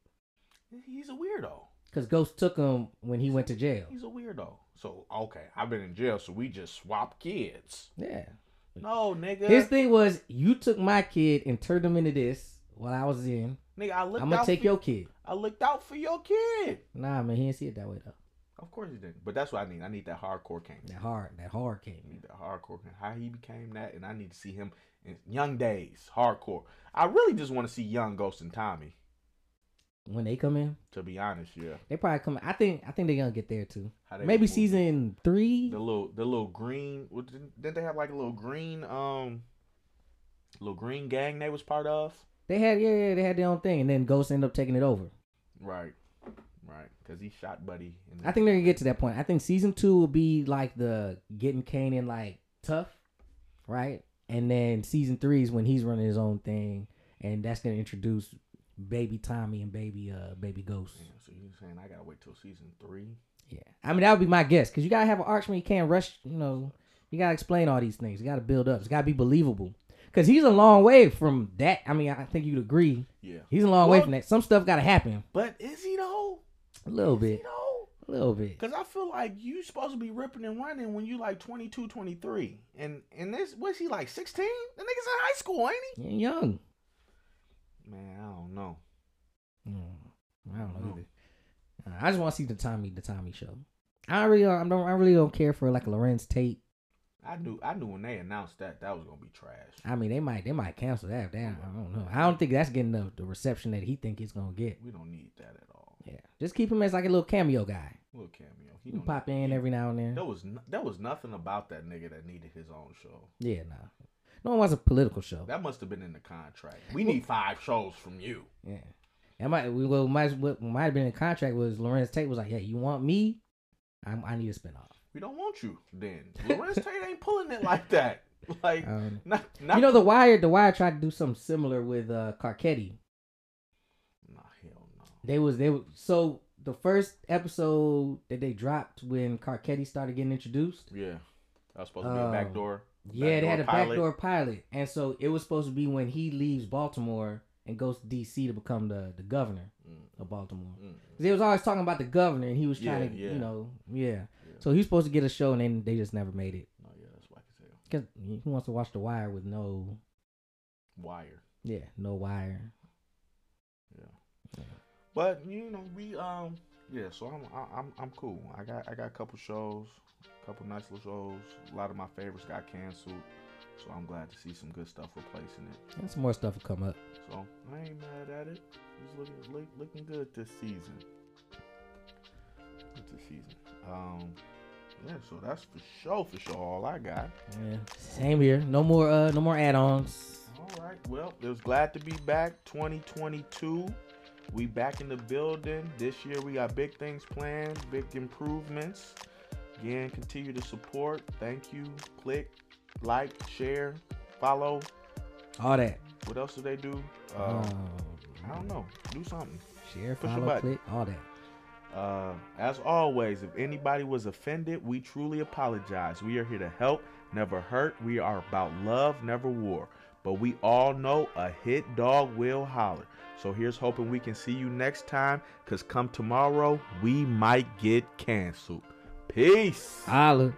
[SPEAKER 1] He's a weirdo.
[SPEAKER 2] Because Ghost took him when he went to jail.
[SPEAKER 1] He's a weirdo. So okay, I've been in jail, so we just swap kids.
[SPEAKER 2] Yeah.
[SPEAKER 1] No, nigga.
[SPEAKER 2] His thing was you took my kid and turned him into this while I was in.
[SPEAKER 1] nigga, I looked
[SPEAKER 2] I'm gonna
[SPEAKER 1] out
[SPEAKER 2] take
[SPEAKER 1] for,
[SPEAKER 2] your kid.
[SPEAKER 1] I looked out for your kid.
[SPEAKER 2] Nah, man, he didn't see it that way though.
[SPEAKER 1] Of course he didn't. But that's what I need. I need that hardcore king.
[SPEAKER 2] That hard, that hard
[SPEAKER 1] I
[SPEAKER 2] came.
[SPEAKER 1] need that hardcore king. How he became that, and I need to see him in young days, hardcore. I really just want to see young Ghost and Tommy.
[SPEAKER 2] When they come in,
[SPEAKER 1] To be honest, yeah.
[SPEAKER 2] they probably come. I think, I think they're gonna get there too.
[SPEAKER 1] How they
[SPEAKER 2] Maybe
[SPEAKER 1] was moving.
[SPEAKER 2] season three.
[SPEAKER 1] the little the little green what didn't didn't they have like a little green um little green gang they was part of
[SPEAKER 2] They had, yeah, yeah, they had their own thing, and then Ghost ended up taking it over.
[SPEAKER 1] right right because he shot buddy and
[SPEAKER 2] I think they're gonna get to that point. I think season two will be like the getting Kanan like tough, right? And then season three is when he's running his own thing, and that's gonna introduce baby Tommy and baby uh baby Ghost.
[SPEAKER 1] Yeah, so you saying i gotta wait till season three
[SPEAKER 2] Yeah, I mean that would be my guess because you gotta have an arch when you can't rush. You know, you gotta explain all these things. You gotta build up. It's gotta be believable because he's a long way from that. I mean, I think you'd agree
[SPEAKER 1] yeah
[SPEAKER 2] he's a long way
[SPEAKER 1] Well-
[SPEAKER 2] from that. Some stuff gotta happen
[SPEAKER 1] but is he though
[SPEAKER 2] a little
[SPEAKER 1] Is he
[SPEAKER 2] bit,
[SPEAKER 1] though
[SPEAKER 2] a little bit.
[SPEAKER 1] because i feel like you supposed to be ripping and running when you like 22 23 and and this was he like 16 the nigga's in high school ain't
[SPEAKER 2] You're young.
[SPEAKER 1] he man i don't know
[SPEAKER 2] Mm, I don't know
[SPEAKER 1] No.
[SPEAKER 2] either. Uh, I just want to see the Tommy the Tommy show. I really don't, I don't I really don't care for like Lorenz Tate.
[SPEAKER 1] i knew i knew when they announced that that was gonna be trash
[SPEAKER 2] I mean they might they might cancel that. if they- I don't know. I don't think that's getting the, the reception that he think it's gonna get.
[SPEAKER 1] we don't need that at all
[SPEAKER 2] Yeah, just keep him as like a little cameo guy.
[SPEAKER 1] little cameo he
[SPEAKER 2] You can
[SPEAKER 1] don't
[SPEAKER 2] pop
[SPEAKER 1] need-
[SPEAKER 2] in
[SPEAKER 1] he-
[SPEAKER 2] every now and then.
[SPEAKER 1] There was n- there was nothing about that nigga that needed his own show.
[SPEAKER 2] Yeah, no, no one wants a political show.
[SPEAKER 1] That must have been in the contract. We need five shows from you.
[SPEAKER 2] Yeah, that might we well might what might have been in the contract was Lorenz Tate was like, yeah, you want me? I I need a spinoff.
[SPEAKER 1] We don't want you. Then Lorenz Tate ain't pulling it like that. [laughs] Like
[SPEAKER 2] Um,
[SPEAKER 1] not not.
[SPEAKER 2] you know the Wire the Wire tried to do something similar with uh Carcetti.
[SPEAKER 1] nah, hell no.
[SPEAKER 2] They was they was, so the first episode that they dropped when Carcetti started getting introduced.
[SPEAKER 1] Yeah, that was supposed to be a
[SPEAKER 2] Oh.
[SPEAKER 1] backdoor.
[SPEAKER 2] Yeah, they had a
[SPEAKER 1] Backdoor pilot.
[SPEAKER 2] backdoor pilot, and so it was supposed to be when he leaves Baltimore and goes to D.C. to become the the governor
[SPEAKER 1] Mm,
[SPEAKER 2] of Baltimore.
[SPEAKER 1] mm.
[SPEAKER 2] 'Cause They was always talking about the governor, and he was trying
[SPEAKER 1] Yeah,
[SPEAKER 2] to,
[SPEAKER 1] yeah.
[SPEAKER 2] you know, yeah.
[SPEAKER 1] Yeah.
[SPEAKER 2] So he was supposed to get a show, and then they just never made it.
[SPEAKER 1] No, yeah, that's whack as hell.
[SPEAKER 2] Cause who wants to watch The Wire with no,
[SPEAKER 1] Wire.
[SPEAKER 2] yeah, no wire?
[SPEAKER 1] But you know we um yeah. So I'm I- I'm I'm cool. I got I got a couple shows, a couple nice little shows. A lot of my favorites got canceled. So I'm glad to see some good stuff replacing it.
[SPEAKER 2] And some more stuff will come up.
[SPEAKER 1] So I ain't mad at it. It's looking look, looking good this season. Good this season. Um, yeah. So that's for sure, for sure. All I got.
[SPEAKER 2] Yeah. Same here. No more, uh, no more add-ons.
[SPEAKER 1] All right. Well, it was glad to be back. 2022. We back in the building. This year we got big things planned, big improvements. Again, continue to support. Thank you. Click, like, share, follow.
[SPEAKER 2] All that.
[SPEAKER 1] What else do they do? Uh,
[SPEAKER 2] Um,
[SPEAKER 1] I don't know. Do something.
[SPEAKER 2] Share,
[SPEAKER 1] Push your
[SPEAKER 2] follow,
[SPEAKER 1] button.
[SPEAKER 2] click, all that.
[SPEAKER 1] Uh, as always, if anybody was offended, we truly apologize. We are here to help, never hurt. We are about love, never war. But we all know a hit dog will holler. So here's hoping we can see you next time, because come tomorrow, we might get canceled. Peace.
[SPEAKER 2] Holla.